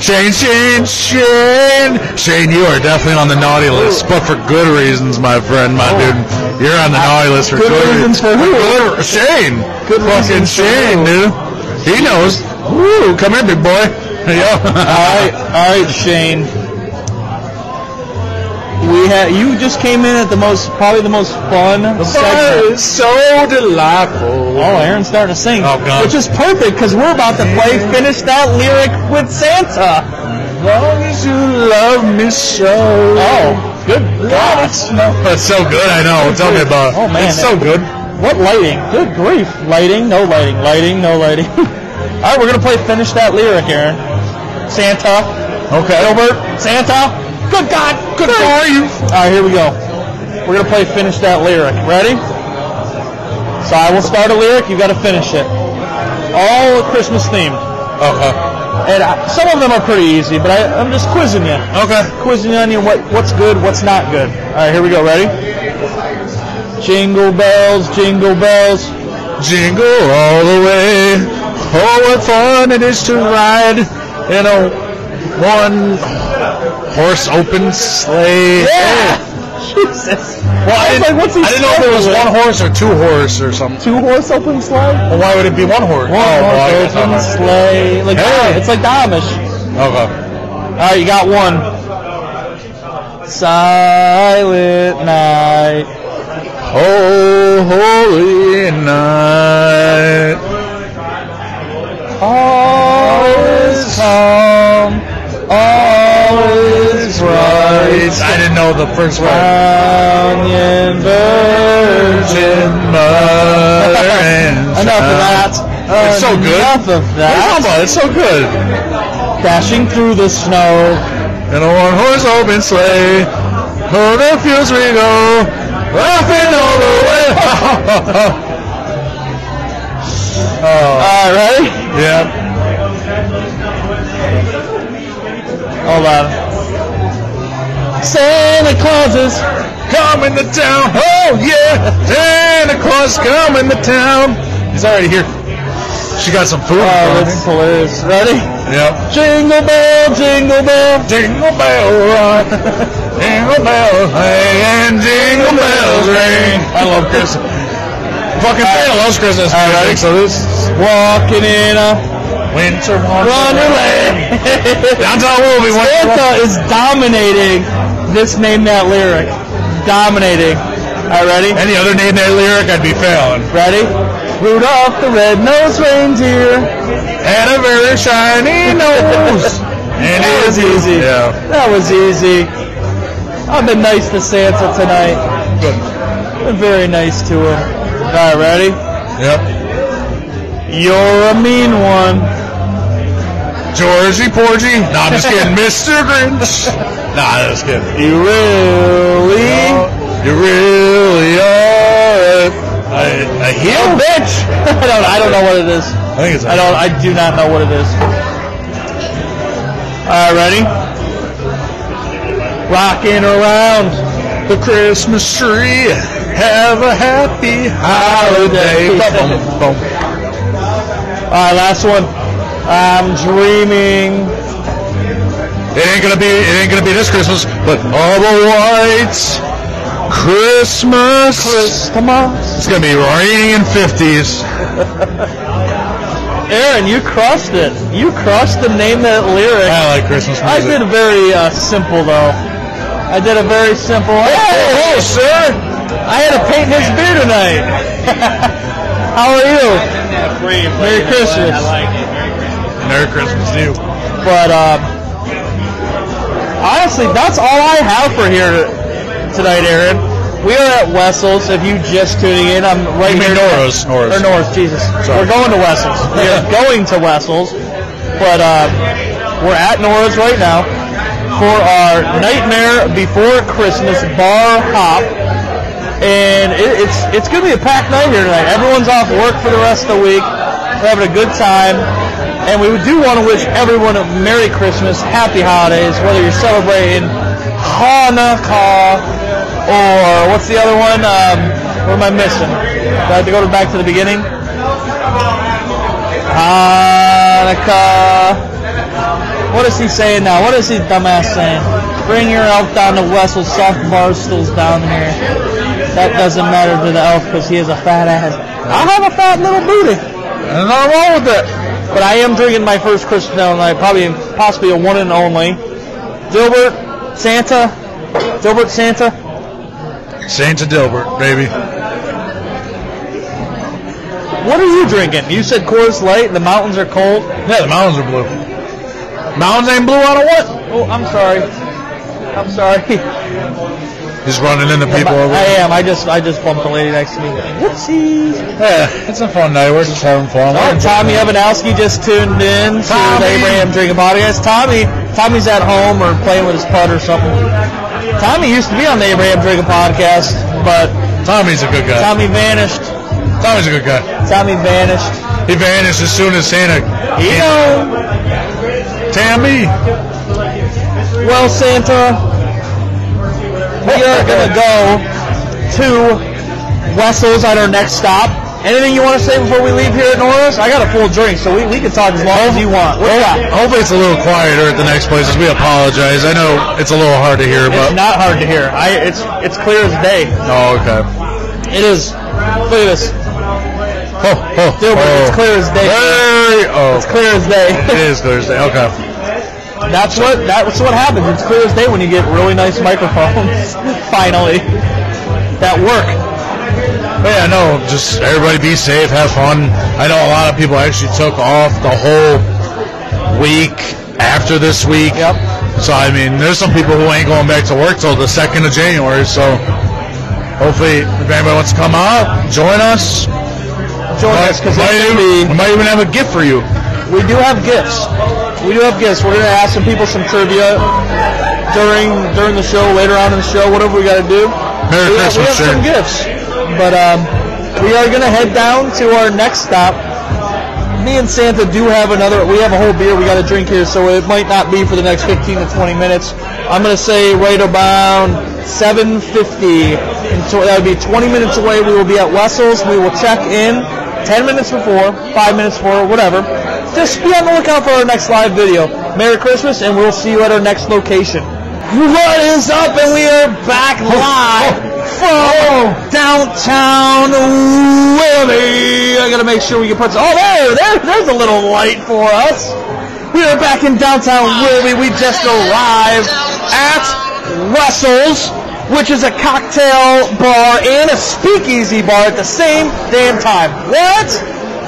B: Shane, Shane, Shane! Shane, you are definitely on the naughty list, but for good reasons, my friend, my dude. You're on the naughty list for
A: Oh. Good
B: good,
A: reasons for who?
B: Good, Shane!
A: Good
B: Fucking
A: reasons for
B: Shane, dude. He knows. Woo, come here, big boy.
A: All right, all right, Shane. We had you just came in at the most probably the most fun segment.
B: so delightful.
A: Oh, Aaron's starting to sing,
B: Oh, God.
A: which is perfect because we're about to play "Finish That Lyric" with Santa.
F: As long as you love me so.
A: Oh, good
F: Let
A: God!
F: it snow.
B: That's so good. I know. Tell me about it.
A: Oh, man.
B: It's so good.
A: What lighting? Good grief! Lighting? No lighting. Lighting? No lighting. all right, we're gonna play "Finish That Lyric," Aaron. Santa. Okay. Gilbert. Santa. Good God. Good God. All right, here we go. We're gonna play "Finish That Lyric." Ready? So I will start a lyric. You got to finish it. All Christmas themed.
B: Oh,
A: And I, some of them are pretty easy, but I, I'm just quizzing you.
B: uh, okay.
A: Quizzing you on you what, what's good, what's not good. All right, here we go. Ready? Jingle bells, jingle bells.
B: Jingle all the way. Oh, what fun it is to ride in a one horse open sleigh.
A: Jesus.
B: Well,
A: I was
B: I, didn't,
A: like, what's he
B: I didn't know if it was
A: starting
B: one horse or two horse or something.
A: Two horse open sleigh?
B: Well, why would it be one horse?
A: One
B: oh, well, I
A: horse
B: guess
A: open
B: not.
A: sleigh. Like,
B: Hey.
A: It's like the Amish.
B: Okay.
A: All right, you got one. Silent night.
B: Oh, holy night.
A: All is calm. All is right.
B: I didn't know the first word.
A: Onion virgin. Enough of that.
B: It's so good.
A: Enough of
B: Come
A: that.
B: on, it's so good.
A: Dashing through the snow.
B: In a one horse open sleigh, over the fields we go, laughing all the way. oh,
A: All right.
B: yeah.
A: Hold on. Santa Claus is.
B: Coming to town, oh yeah. Santa Claus coming to town. He's already here. She got some food.
A: Oh, this is hilarious. Ready?
B: Yep.
A: Jingle bell, jingle bell.
B: Jingle bell rock, jingle bell ring, and jingle bells ring. I love Christmas. Fucking Santa loves Christmas. All right, so this is
A: Walking in a
B: winter wonderland.
A: wonderland.
B: Downtown Willoughby.
A: Santa is dominating this name that lyric. Dominating. All right, ready?
B: Any other name that lyric, I'd be failing.
A: Ready? Rudolph the red-nosed reindeer.
B: And a very shiny nose. And
A: That was easy.
B: Yeah.
A: That was easy. I've been nice to Santa tonight.
B: Good.
A: Been very nice to him. All right, ready?
B: Yep.
A: You're a mean one.
B: Georgie Porgy. Nah, I'm just kidding. Mr. Grinch. Nah, I'm just kidding.
A: You really
B: You really are a, a heel?
A: a Oh, bitch. I don't. I don't know what it is.
B: I think it's a
A: I don't. Oh, I do not know what it is. All right, ready? Rocking around.
B: the Christmas tree. Have a happy holiday. Bum, bum, bum.
A: All right, last one. I'm dreaming.
B: It ain't gonna be it ain't gonna be this Christmas, but all the whites Christmas.
A: Christmas.
B: It's gonna be raining in fifties.
A: Aaron, you crushed it. You crushed the name that lyric.
B: I like Christmas
A: I did
B: music.
A: very uh, simple though. I did a very simple.
B: Hey, hey, sir!
A: I had to paint his beard tonight. How are you? Merry Christmas.
B: Merry Christmas to you.
A: But uh, honestly, that's all I have for here tonight, Aaron. We are at Wessel's. If you just tuning in, I'm right
B: You
A: here.
B: mean Norris, Norris.
A: Or Norris, Jesus.
B: Sorry.
A: We're going to Wessel's. We are going to Wessel's. But uh, we're at Norris right now for our Nightmare Before Christmas bar hop. And it, it's it's going to be a packed night here tonight. Everyone's off work for the rest of the week. We're having a good time. And we do want to wish everyone a Merry Christmas, Happy Holidays, whether you're celebrating Hanukkah or what's the other one? Um, what am I missing? Do I have to go to- back to the beginning? Hanukkah. uh, What is he saying now? What is he dumbass saying? Bring your elf down to Wessel, soft barstools down here. That doesn't matter to the elf because he has a fat ass. I have a fat little booty.
B: And I'm wrong with that.
A: But I am drinking my first Christmas ale tonight, probably possibly a one and only. Dilbert, Santa, Dilbert Santa.
G: Santa Dilbert, baby.
A: What are you drinking? You said Coors Light. The mountains are cold.
G: Yeah, the mountains are blue. Mountains ain't blue out of what?
A: Oh, I'm sorry. I'm sorry.
G: He's running into people over.
A: I am. I just I just bumped the lady next to me. Whoopsie.
G: Yeah, it's a fun night. We're just having fun.
A: Oh, Tommy Evanowski just tuned in to
G: Tommy.
A: the Abraham Drinking Podcast. Tommy, Tommy's at home or playing with his putt or something. Tommy used to be on the Abraham Drinking Podcast, but
G: Tommy's a good guy.
A: Tommy vanished.
G: Tommy's a good guy.
A: Tommy vanished.
G: He vanished as soon as Santa.
A: You know,
G: Tammy.
A: well, Santa, we are gonna go to Wessel's at our next stop. Anything you want to say before we leave here at Norris? I got a full drink, so we, we can talk as long as you want. What you got?
G: Hopefully it's a little quieter at the next places. We apologize. I know it's a little hard to
A: It's
G: hear, but
A: not hard to hear. I it's it's clear as day.
G: oh okay.
A: It is. Look at this.
G: Oh, oh,
A: Dude,
G: oh.
A: it's clear as day.
G: Very, oh,
A: It's clear as
G: It
A: day.
G: is clear as day. Okay.
A: that's what that's what happens. It's clear as day when you get really nice microphones. Finally, that work.
G: But yeah, no, just everybody be safe, have fun. I know a lot of people actually took off the whole week after this week.
A: Yep.
G: So I mean, there's some people who ain't going back to work till the second of January. So hopefully, if anybody wants to come out, join us.
A: Join us because
G: might, even, we might even have a gift for you.
A: we do have gifts. We do have gifts. We're gonna ask some people some trivia during during the show, later on in the show, whatever we gotta do.
G: Merry
A: we, have- we
G: Christmas,
A: have
G: sir.
A: some gifts, but um, we are gonna head down to our next stop. Me and Santa do have another. We have a whole beer we gotta drink here, so it might not be for the next 15 to 20 minutes. I'm gonna say right around 7:50, and so that would be 20 minutes away. We will be at Wessel's. We will check in 10 minutes before, five minutes before, whatever. Just be on the lookout for our next live video. Merry Christmas, and we'll see you at our next location. What is up? And we are back live from downtown Willie. I gotta make sure we can put. Oh, there, there, there's a little light for us. We are back in downtown Willie. We just arrived at Russell's, which is a cocktail bar and a speakeasy bar at the same damn time. What?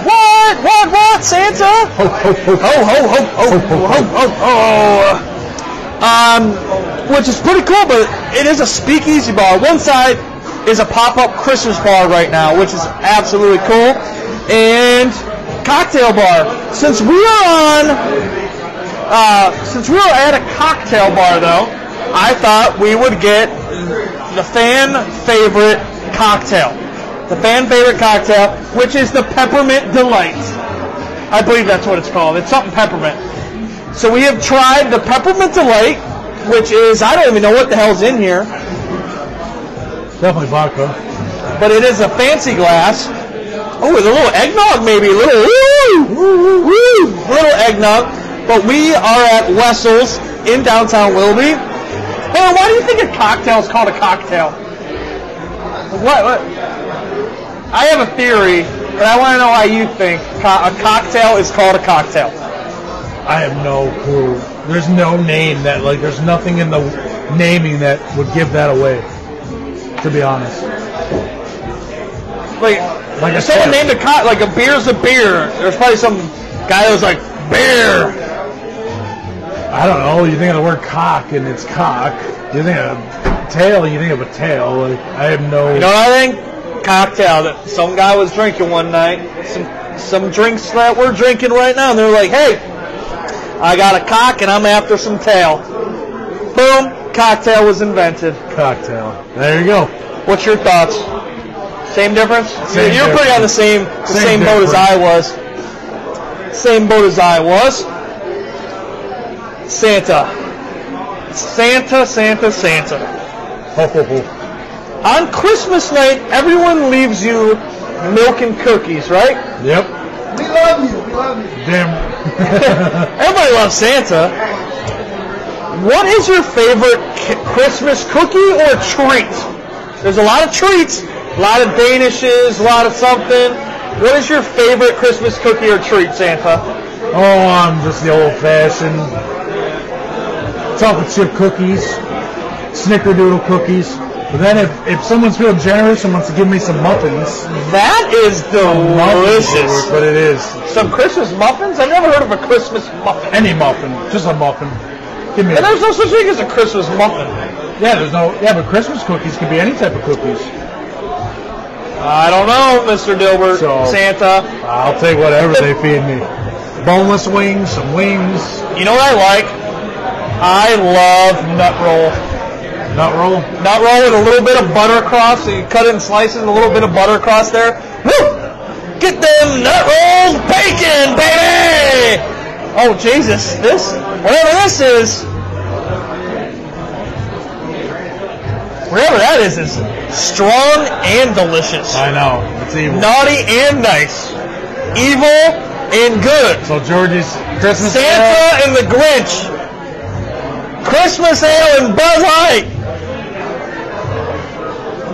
A: What? What? What? Santa? Ho ho ho ho ho ho ho ho. ho um, which is pretty cool. But it is a speakeasy bar. One side is a pop-up Christmas bar right now, which is absolutely cool, and cocktail bar. Since we are on, uh, since we are at a cocktail bar though, I thought we would get the fan favorite cocktail. The fan favorite cocktail, which is the peppermint delight. I believe that's what it's called. It's something peppermint. So we have tried the peppermint delight, which is I don't even know what the hell's in here,
B: Definitely vodka.
A: but it is a fancy glass. Oh, with a little eggnog maybe, a little woo, woo, woo, woo, little eggnog. But we are at Wessel's in downtown Willoughby. Hey, why do you think a cocktail is called a cocktail? What? what? I have a theory, but I want to know why you think co- a cocktail is called a cocktail.
B: I have no clue. There's no name that like. There's nothing in the naming that would give that away. To be honest.
A: like
B: Like
A: if
B: a
A: someone
B: beer.
A: named a co- like a beer's a beer. There's probably some guy that was like beer.
B: I don't know. You think of the word cock and it's cock. You think of tail, you think of a tail. Like, I have no.
A: You know what I think? Cocktail that some guy was drinking one night. Some some drinks that we're drinking right now. And they're like, hey, I got a cock and I'm after some tail. Boom, cocktail was invented.
B: cocktail. There you go.
A: What's your thoughts? Same difference?
B: Same
A: You're pretty on the
B: difference.
A: same the same,
B: Same
A: boat as
B: difference.
A: I was. Same boat as I was. Santa. Santa, Santa, Santa.
B: Ho, ho, ho.
A: On Christmas night, everyone leaves you milk and cookies, right?
B: Yep. We love you. We love you. Damn.
A: Everybody loves Santa. What is your favorite ki- Christmas cookie or treat? There's a lot of treats, a lot of Danishes, a lot of something. What is your favorite Christmas cookie or treat, Santa?
B: Oh, I'm just the old fashioned chocolate chip cookies, snickerdoodle cookies. But then if, if someone's feeling generous and wants to give me some muffins,
A: That is
B: muffins will work,
A: delicious.
B: but it is.
A: Some Christmas muffins? I've never heard of a Christmas muffin.
B: Any muffin, just a muffin. Give me
A: And
B: a,
A: there's no such thing as a Christmas muffin.
B: yeah, there's no yeah, but Christmas cookies could be any type of cookies.
A: I don't know, Mr. Dilbert,
B: So-
A: Santa.
B: I'll take whatever they feed me. Boneless wings, some wings,
A: You know what I like? I love nut roll.
B: nut roll.
A: Nut roll with a little bit of butter cross. So you cut it in slices, a little bit of butter cross there. Woo! Get them nut rolls bacon, baby! Oh Jesus, this whatever this is, whatever that is, is strong and delicious,
B: I know it's evil.
A: naughty and nice, evil and good.
B: So Georgie's Christmas. ale.
A: Santa and the Grinch. Christmas Ale and Bud Light.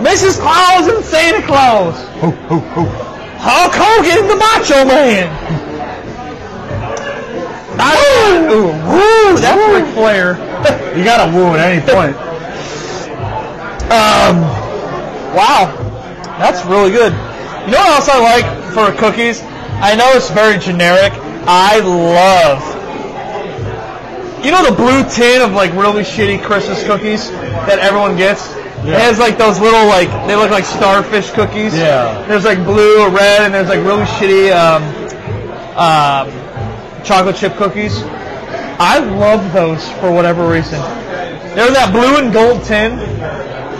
A: Mrs. Claus and Santa Claus.
B: Ho, ho, ho.
A: Hulk Hogan and the Macho Man. I, ooh, woo, that Ric Flair.
B: You gotta woo at any point.
A: um, wow, that's really good. You know what else I like for cookies? I know it's very generic. I love. You know the blue tin of like really shitty Christmas cookies that everyone gets. It
B: Yeah.
A: has like those little like they look like starfish cookies.
B: Yeah.
A: There's like blue or red, and there's like really shitty um, um, chocolate chip cookies. I love those for whatever reason. They're that blue and gold tin.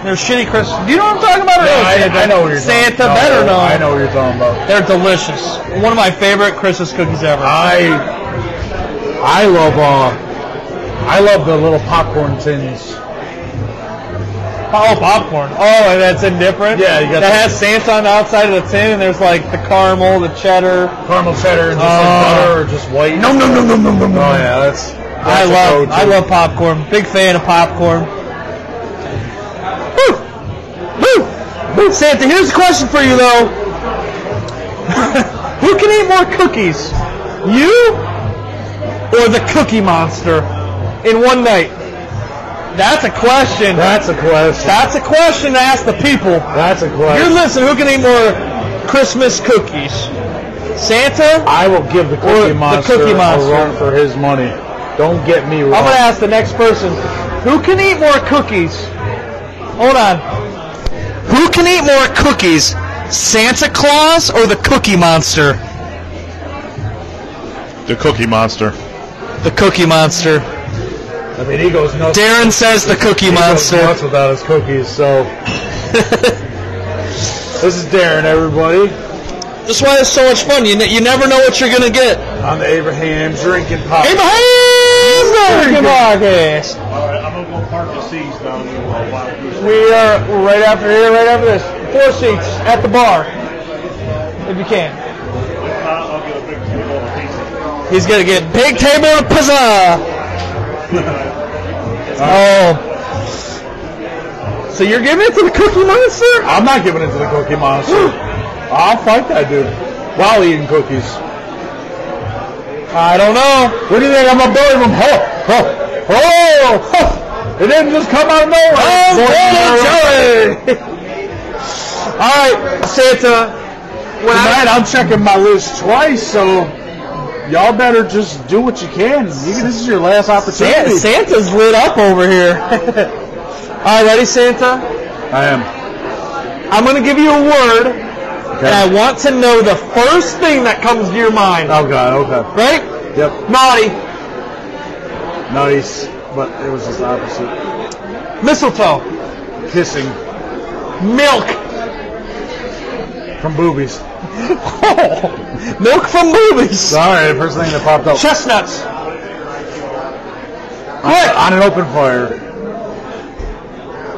A: They're shitty crisps. Do you know what I'm talking about? or no,
B: I,
A: Santa?
B: I know what you're
A: Santa
B: talking about.
A: better
B: No,
A: know.
B: I know what you're talking about.
A: They're delicious. One of my favorite Christmas cookies ever.
B: Uh, I I love uh I love the little popcorn tins.
A: oh, popcorn. Oh, and that's indifferent.
B: Yeah, you got
A: that
B: the-
A: has Santa on the outside of the tin, and there's like the caramel, the cheddar.
B: Caramel cheddar, just
A: Oh.
B: like butter, or just white. No, no, no, no, no, no, no. Oh yeah, that's.
A: I
B: that's a
A: love
B: go-to.
A: I love popcorn. Big fan of popcorn. Woo! Woo! Woo! Santa, here's a question for you though. Who can eat more cookies? You or the cookie monster in one night? That's a question.
B: That's a question.
A: That's a question to ask the people.
B: that's a
A: You're
B: question.
A: listening, who can eat more Christmas cookies? Santa?
B: I will give the
A: Or
B: cookie
A: the
B: monster
A: Cookie Monster.
B: a run for his money. Don't get me wrong.
A: I'm gonna ask the next person, who can eat more cookies? Hold on. Who can eat more cookies, Santa Claus or the Cookie Monster?
G: The Cookie Monster.
A: The Cookie Monster.
B: I mean, he goes nuts.
A: Darren says the Cookie
B: he goes nuts without his cookies. So this is Darren, everybody,
A: That's why it's so much fun. You, ne- you never know what you're gonna get.
B: on the Abraham drinking pop.
A: Hey, Mahomes! Podcast.
E: All right, I'm gonna go park the seas down in uh, Wild Goose.
A: We are right after here, right after this. Four seats at the bar, if you can.
E: If not, I'll get a big table of pizza.
A: He's gonna get big table to pizza. oh. So you're giving it to the Cookie Monster?
B: I'm not giving it to the cookie monster. I'll fight that dude while eating cookies.
A: I don't know.
B: What do you think? I'm a bully from Huh, huh, oh, huh. It didn't just come out of nowhere.
A: Oh,
B: Sorry.
A: Billy Joey. All right, Santa. When
B: Tonight
A: I,
B: I'm checking my list twice, so y'all better just do what you can. You can- This is your last
A: Santa,
B: opportunity.
A: Santa's lit up over here. All right, ready, Santa?
B: I am.
A: I'm gonna give you a word, and I
B: Okay.
A: want to know the first thing that comes to your mind.
B: Oh god. Okay.
A: Right?
B: Yep.
A: Naughty,
B: Nice. But it was just opposite.
A: mistletoe,
B: Kissing
A: milk.
B: from boobies.
A: Oh, milk from movies.
B: Sorry, the first thing that popped up.
A: Chestnuts.
B: On- on an open fire,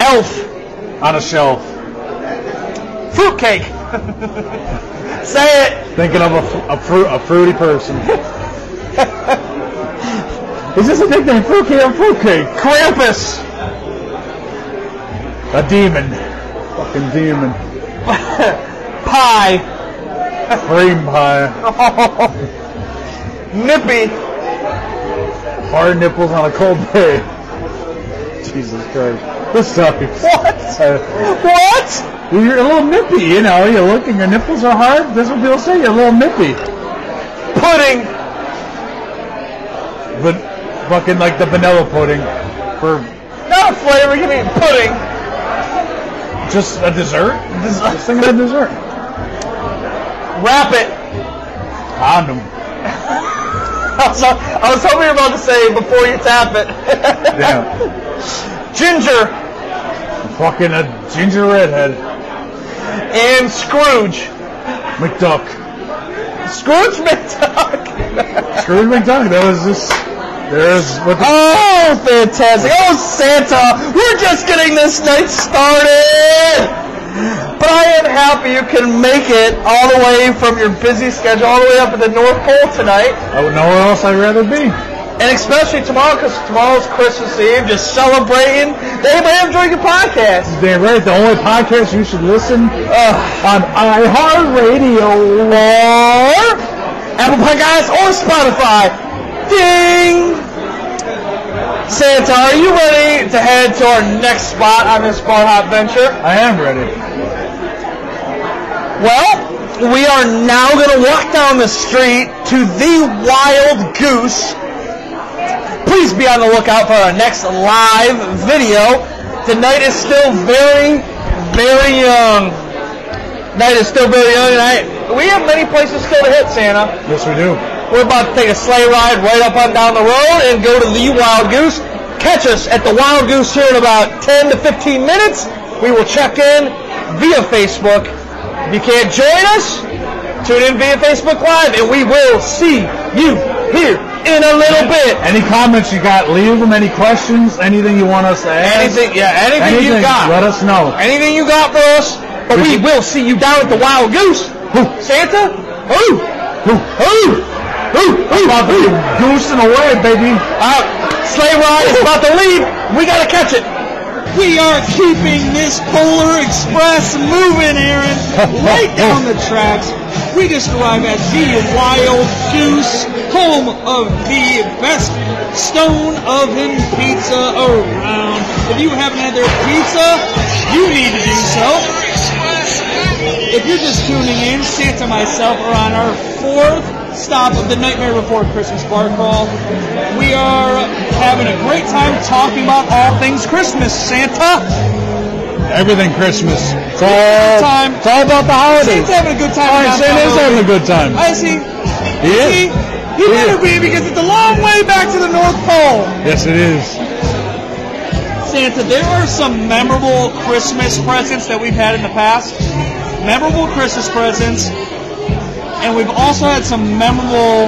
A: Elf.
B: on a shelf,
A: Fruitcake. Say it.
B: thinking of a, fr- a, fru- a fruity person. Is this a nickname? Fruitcake or fruitcake?
A: Krampus.
B: A demon. Fucking demon.
A: Pie.
B: Cream pie.
A: nippy.
B: Hard nipples on a cold day. Jesus Christ. This sucks.
A: What?
B: Uh,
A: What?
B: well, you're a little nippy, you know. You look and your nipples are hard. That's what people say. You're a little nippy.
A: Pudding.
B: But fucking like the vanilla pudding for
A: Not a flavor. Give me pudding.
B: just a dessert. Just, I was thinking of dessert.
A: Wrap it.
B: Condom.
A: I was, I was hoping you were about to say before you tap it.
B: Damn.
A: Ginger
B: fucking a ginger redhead.
A: and Scrooge.
B: McDuck.
A: Scrooge McDuck.
B: Scrooge McDuck. That was just. There's what the
A: oh, fantastic. Oh, Santa, we're just getting this night started. But I am happy you can make it all the way from your busy schedule all the way up at the North Pole tonight.
B: I would nowhere else I'd rather be.
A: And especially tomorrow, because tomorrow's Christmas Eve, just celebrating the Abraham Drinking Podcast.
B: Damn right, the only podcast you should listen
A: Ugh.
B: on iHeartRadio.
A: Or Apple Podcasts or Spotify. Ding! Santa, are you ready to head to our next spot on this bar hop venture?
B: I am ready.
A: Well, we are now going to walk down the street to the Wild Goose. Please be on the lookout for our next live video. The night is still very, very young. Night is still very young tonight. We have many places still to hit, Santa.
B: Yes, we do.
A: We're about to take a sleigh ride right up on down the road and go to the Wild Goose. Catch us at the Wild Goose here in about 10 to 15 minutes. We will check in via Facebook. If you can't join us, tune in via Facebook Live and we will see you here in a little bit.
B: Any comments you got, leave them. Any questions, anything you want us to ask.
A: Anything, yeah, anything,
B: anything
A: you got.
B: Let us know.
A: Anything you got for us, but we will see you down at the Wild Goose. Santa? Who?
B: Who?
A: Who? Who? Who?
B: About to be goosing away, baby.
A: Uh, sleigh ride is about to leave. We gotta catch it.
H: We are keeping this Polar Express moving, Aaron, right down the tracks. We just arrived at the Wild Goose, home of the best stone oven pizza around. If you haven't had their pizza, you need to do so. If you're just tuning in, Santa and myself are on our fourth stop of the Nightmare Before Christmas bar crawl. We are having a great time talking about all things Christmas, Santa.
B: Everything Christmas. It's all,
H: Time.
B: it's all about the holidays.
H: Santa's having a good time.
B: All right,
H: down
B: Santa's
H: Belmont.
B: having a good time.
H: I see.
B: He is.
H: See? He
B: He is.
H: better be because it's a long way back to the North Pole.
B: Yes, it is.
H: Santa, there are some memorable Christmas presents that we've had in the past. Memorable Christmas presents. And we've also had some memorable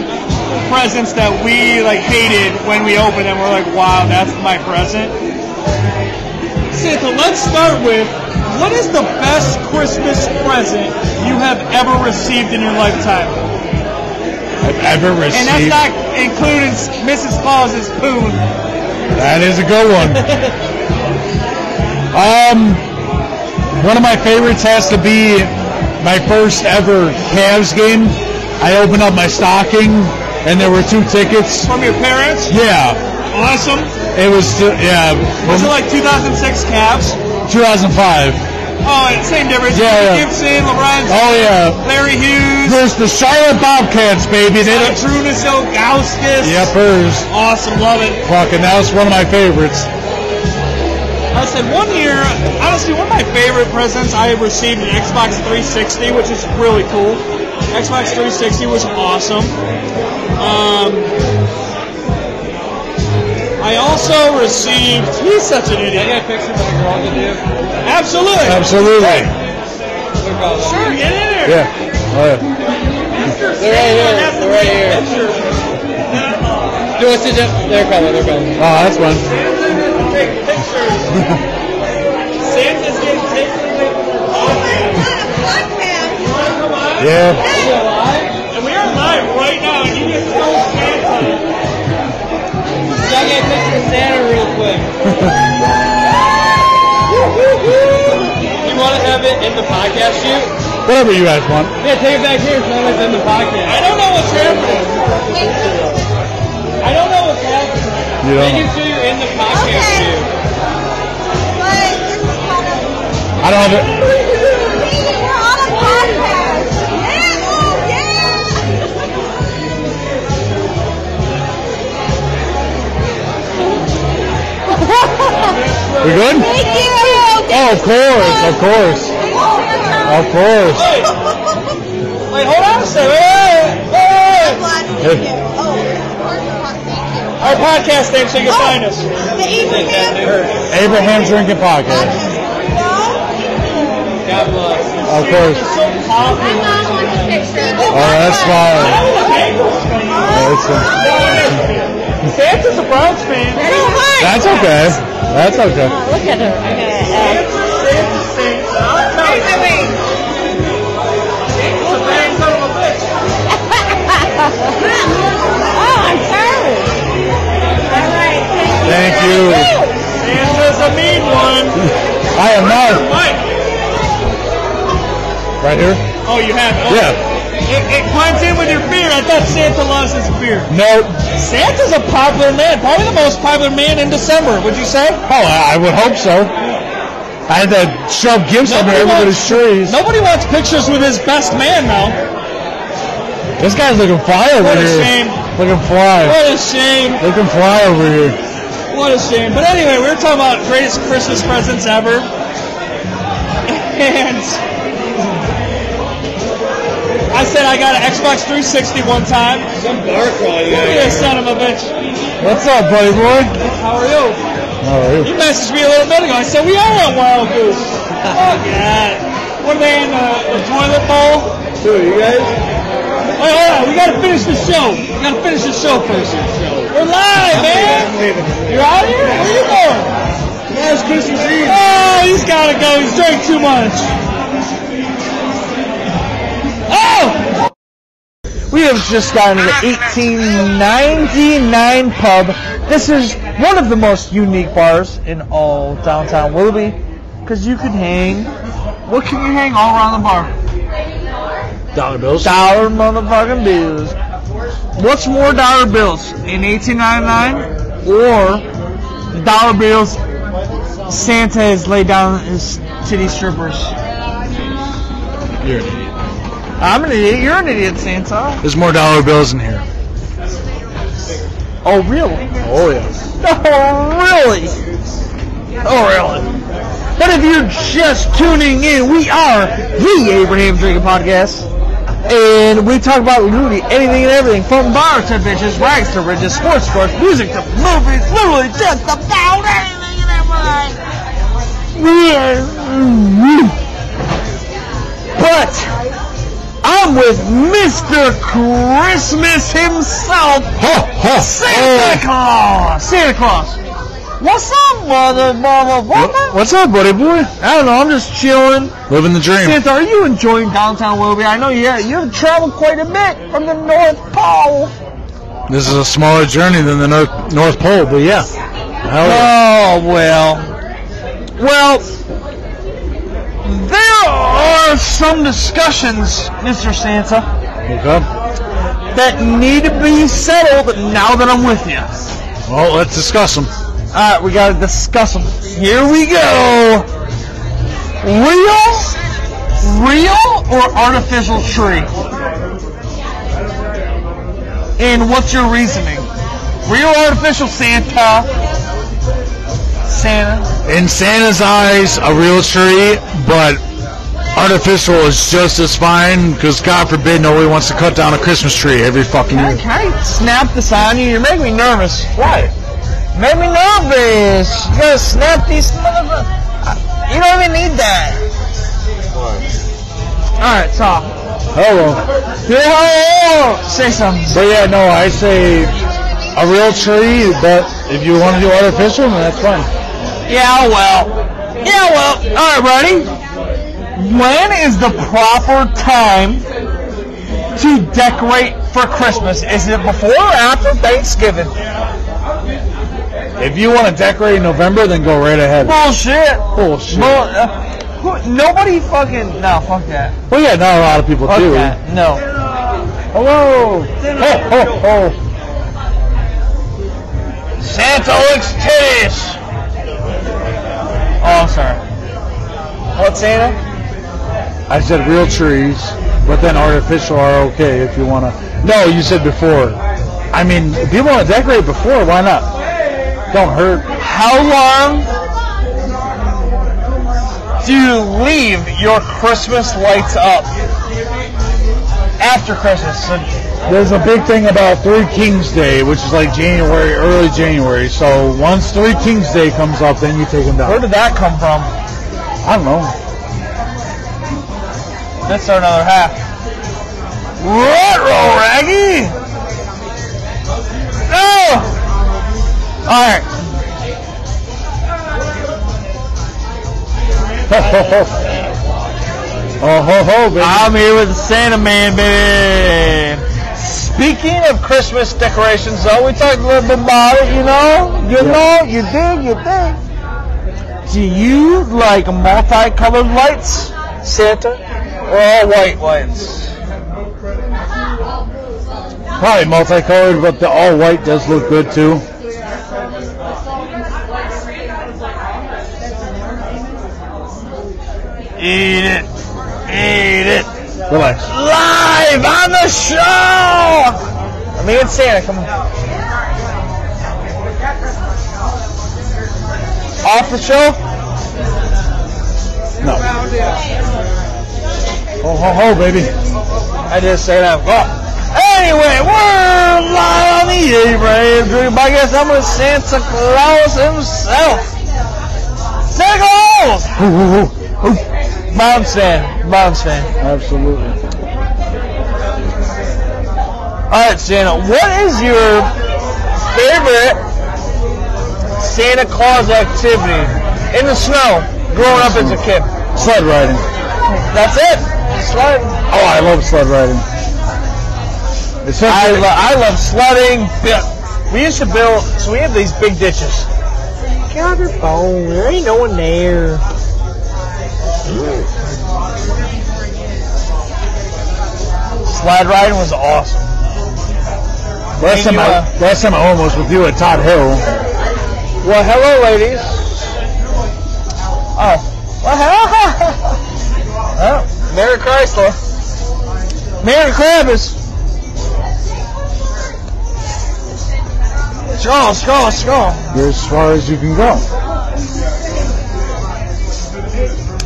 H: presents that we like hated when we opened them. We're like, wow, that's my present. Santa, let's start with what is the best Christmas present you have ever received in your lifetime?
B: I've ever received.
H: And that's not including Mrs. Claus's poon.
B: That is a good one. um, one of my favorites has to be my first ever Cavs game. I opened up my stocking, and there were two tickets.
H: From your parents?
B: Yeah,
H: Awesome.
B: it was t- yeah,
H: Was it
B: from
H: like 2006 Cavs?
B: 2005.
H: Oh, and same difference.
B: Yeah, yeah.
H: Gibson, LeBron,
B: Oh yeah,
H: Larry Hughes,
B: there's the Charlotte Bobcats, baby. They don't.
H: Drunas, Ilgauskas.
B: Yeah, first.
H: Awesome, love it.
B: Fucking, that was one of my favorites.
H: I said one year, honestly, one of my favorite presents I have received an Xbox 360, which is really cool. Xbox 360 was awesome. Um, I also received. He's such an idiot. Yeah, picture with a girl you do. Absolutely.
B: Absolutely.
H: Sure, get in there.
B: Yeah. Oh, yeah.
H: That's the right picture.
B: Oh, that's one.
H: Santa's getting taken.
B: Yeah.
H: And we are live right now, and you get so Santa. Y'all get a picture of Santa real quick. you want to have it in the podcast shoot?
B: Whatever you guys want.
H: Yeah, take it back here. It's not like in the podcast. I don't know what's happening. I don't know what's happening.
B: You don't know.
H: Making sure you're in the podcast
C: Okay.
H: too.
C: But this is kind of.
B: I don't have it.
C: We're on a podcast. Yeah, oh, yeah.
B: We good?
C: Thank you.
B: Oh, of course, of course, of course.
H: Wait, hold on a second. Wait, wait, wait, wait.
C: Thank you. Oh, thank
H: Our podcast name so you can find us.
C: you. The Abraham
B: Abraham Drinking Podcast.
C: podcast.
H: God bless.
B: Of course.
H: So
I: My
H: awful.
I: mom wants a picture.
B: Oh, that's fine. That's,
H: Santa's a Browns fan.
B: that's okay. That's okay.
I: Look at her. I got
H: Santa's Santa's Santa's. I'm telling you, Santa's a bang son of a bitch.
I: Oh, I'm sorry. All right.
B: Thank you.
H: Santa's a mean one.
B: I am not
H: Mike.
B: right here.
H: Oh, you have it.
B: Yeah.
H: It, it climbs in with your beard. I thought Santa lost his beard.
B: No.
H: Santa's a popular man. Probably the most popular man in December, would you say?
B: Oh, I, I would hope so. I had to shove gifts under
H: Nobody
B: everybody's trees.
H: Nobody wants pictures with his best man now.
B: This guy's looking fly over
H: What a
B: here.
H: shame.
B: Looking fly.
H: What a shame.
B: Looking fly over here.
H: What a shame. But anyway, we were talking about greatest Christmas presents ever. And I said I got an Xbox 360 one time. Some bar crawl, yeah. son of a bitch.
B: What's up, buddy boy? Oh,
H: How are you?
B: How are you?
H: You messaged me a little bit ago. I said, we are on Wild Goose. Fuck that. What are they in uh, the, the toilet bowl? Who, you guys? Wait, hold on. We gotta finish the show. We gotta finish the show first. We're live, man. You're out of here? Where you going?
J: Last Christmas Eve.
H: Oh, he's gotta go. He's drank too much. Oh!
A: We have just gone to the 1899 pub. This is one of the most unique bars in all downtown Willoughby because you can hang. What can you hang all around the bar?
B: Dollar bills.
A: Dollar motherfucking bills. What's more dollar bills in 1899 or the dollar bills Santa has laid down his titty strippers?
B: You're an idiot.
A: I'm an idiot. You're an idiot, Santa.
B: There's more dollar bills in here.
A: Oh, really?
B: Oh yeah.
A: Oh, really? Oh, really? But if you're just tuning in, we are the Abraham Drinking Podcast. And we talk about literally anything and everything from bars to bitches, rags to riches, sports scores, music to movies, literally just about anything and everything. But I'm with Mr. Christmas himself,
B: Ho, ho,
A: Santa Claus! Santa Claus! What's up, mother, mother,
B: oh.
A: mother?
B: What's up, buddy boy?
A: I don't know, I'm just chilling.
B: Living the dream.
A: Santa, are you enjoying downtown Willoughby? I know you have. You've traveled quite a bit from the North Pole.
B: This is a smaller journey than the North, North Pole, but yeah. Hell yeah.
A: Oh, well. Well, there are some discussions, Mr. Santa,
B: Okay.
A: that need to be settled now that I'm with you.
B: Well, let's discuss them.
A: All right, we gotta discuss them. Here we go. Real, real or artificial tree? And what's your reasoning? Real artificial Santa? Santa?
B: In Santa's eyes, a real tree, but artificial is just as fine because God forbid nobody wants to cut down a Christmas tree every fucking
A: Can I,
B: year.
A: can I snap this on you? You're making me nervous. Why? Make me nervous. You gotta snap these motherfuckers. You don't even need that. All right, talk.
B: Hello.
A: Hey, ho! Say something.
B: Oh, But yeah, no, I say a real tree, but if you want to do artificial, then that's fine.
A: Yeah, well. Yeah, well. All right, buddy. When is the proper time to decorate for Christmas? Is it before or after Thanksgiving?
B: If you want to decorate in November, then go right ahead.
A: Bullshit.
B: Bullshit.
A: Bull- uh,
G: Who, nobody fucking. No, fuck that.
B: Well, yeah, not a lot of people
G: Fuck
B: do.
G: that. No.
B: Hello. Oh, oh, oh.
G: Santa looks titties. Oh, I'm sorry. What, Santa?
B: I said real trees, but then artificial are okay if you want to. No, you said before. I mean, if you want to decorate before, why not? Don't hurt.
G: How long do you leave your Christmas lights up? After Christmas. So
B: There's a big thing about Three Kings Day, which is like January, early January. So once Three Kings Day comes up, then you take them
G: where
B: down.
G: did that come from?
B: I don't know.
G: That's our another half. What, roll, Raggy? No. All right.
B: Ho, ho, ho. Oh, ho, ho, baby.
G: I'm here with the Santa Man, baby. Speaking of Christmas decorations, though, we talked a little bit about it, you know? You know, you dig, you dig. Do you like multicolored lights, Santa? Or all white lights?
B: Probably multicolored, but the all white does look good too.
G: Eat it. Eat it.
B: Relax.
G: Live on the show! Me and Santa, come on. Off the show?
B: No. Oh, ho, ho, baby.
G: I just say that. Well, anyway, we're live on the Abraham Drew Podcast. I'm with Santa Claus himself. Santa Claus!
B: Hoo, hoo, hoo, hoo.
G: Mom's fan. Mom's fan.
B: Absolutely.
G: Alright, Santa, what is your favorite Santa Claus activity in the snow growing up as a kid?
B: Sled riding.
G: That's it. Sledding.
B: Oh, I love sled riding.
G: I,
B: Especially,
G: lo- I love sledding. Bu- We used to build, so we have these big ditches. Get out your phone. There ain't no one there. Sled riding was awesome.
B: last time I
G: uh,
B: last time I almost with you at Todd Hill.
G: Well, hello, ladies. Oh. Well, hello. oh. Merry Chrysler. Merry Krabbis. Skull, skull, skull.
B: You're as far as you can go.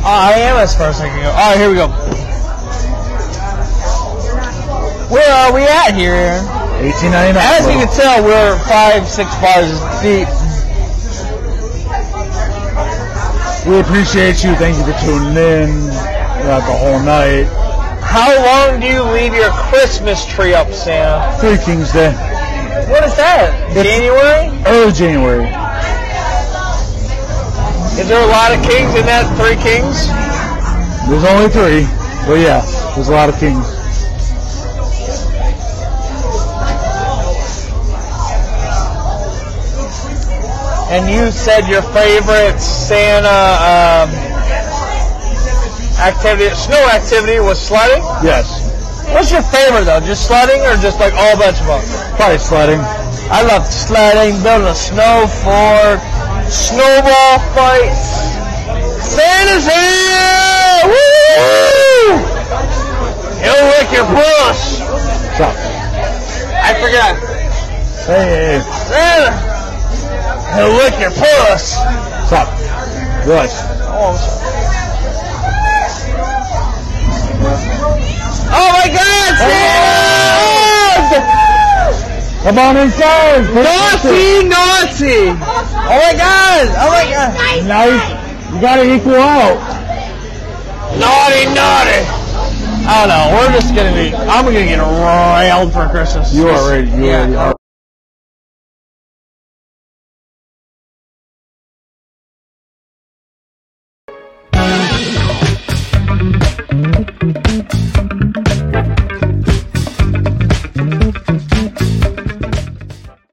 G: Oh, I am as far as I can go. All right, here we go. Where are we at here, Aaron?
B: 1899.
G: As you can tell, we're five, six bars deep.
B: we appreciate you. Thank you for tuning in throughout the whole night.
G: How long do you leave your Christmas tree up, Santa?
B: Three Kings Day,
G: What is that? January?
B: early January.
G: Is there a lot of kings in that Three Kings?
B: There's only three, but yeah, there's a lot of kings.
G: And you said your favorite Santa um, activity, snow activity, was sledding.
B: Yes,
G: What's your favorite though? Just sledding or just like all bunch of them?
B: probably sledding.
G: I love sledding, building a snow fort, snowball fights. Santa's here! Woo! He'll lick your puss.
B: So,
G: I forgot.
B: hey, hey, hey,
G: Santa, he'll lick your puss.
B: stop. Relax.
G: Oh, I'm sorry. Oh my God,
B: Ah!
G: Santa!
B: Come on inside.
G: Naughty, naughty! Oh my God! Oh my God!
B: Now you, you gotta equal out.
G: Naughty, naughty! I don't know. We're just gonna be. I'm gonna get railed for Christmas.
B: You are ready. You
G: Yeah.
B: already are.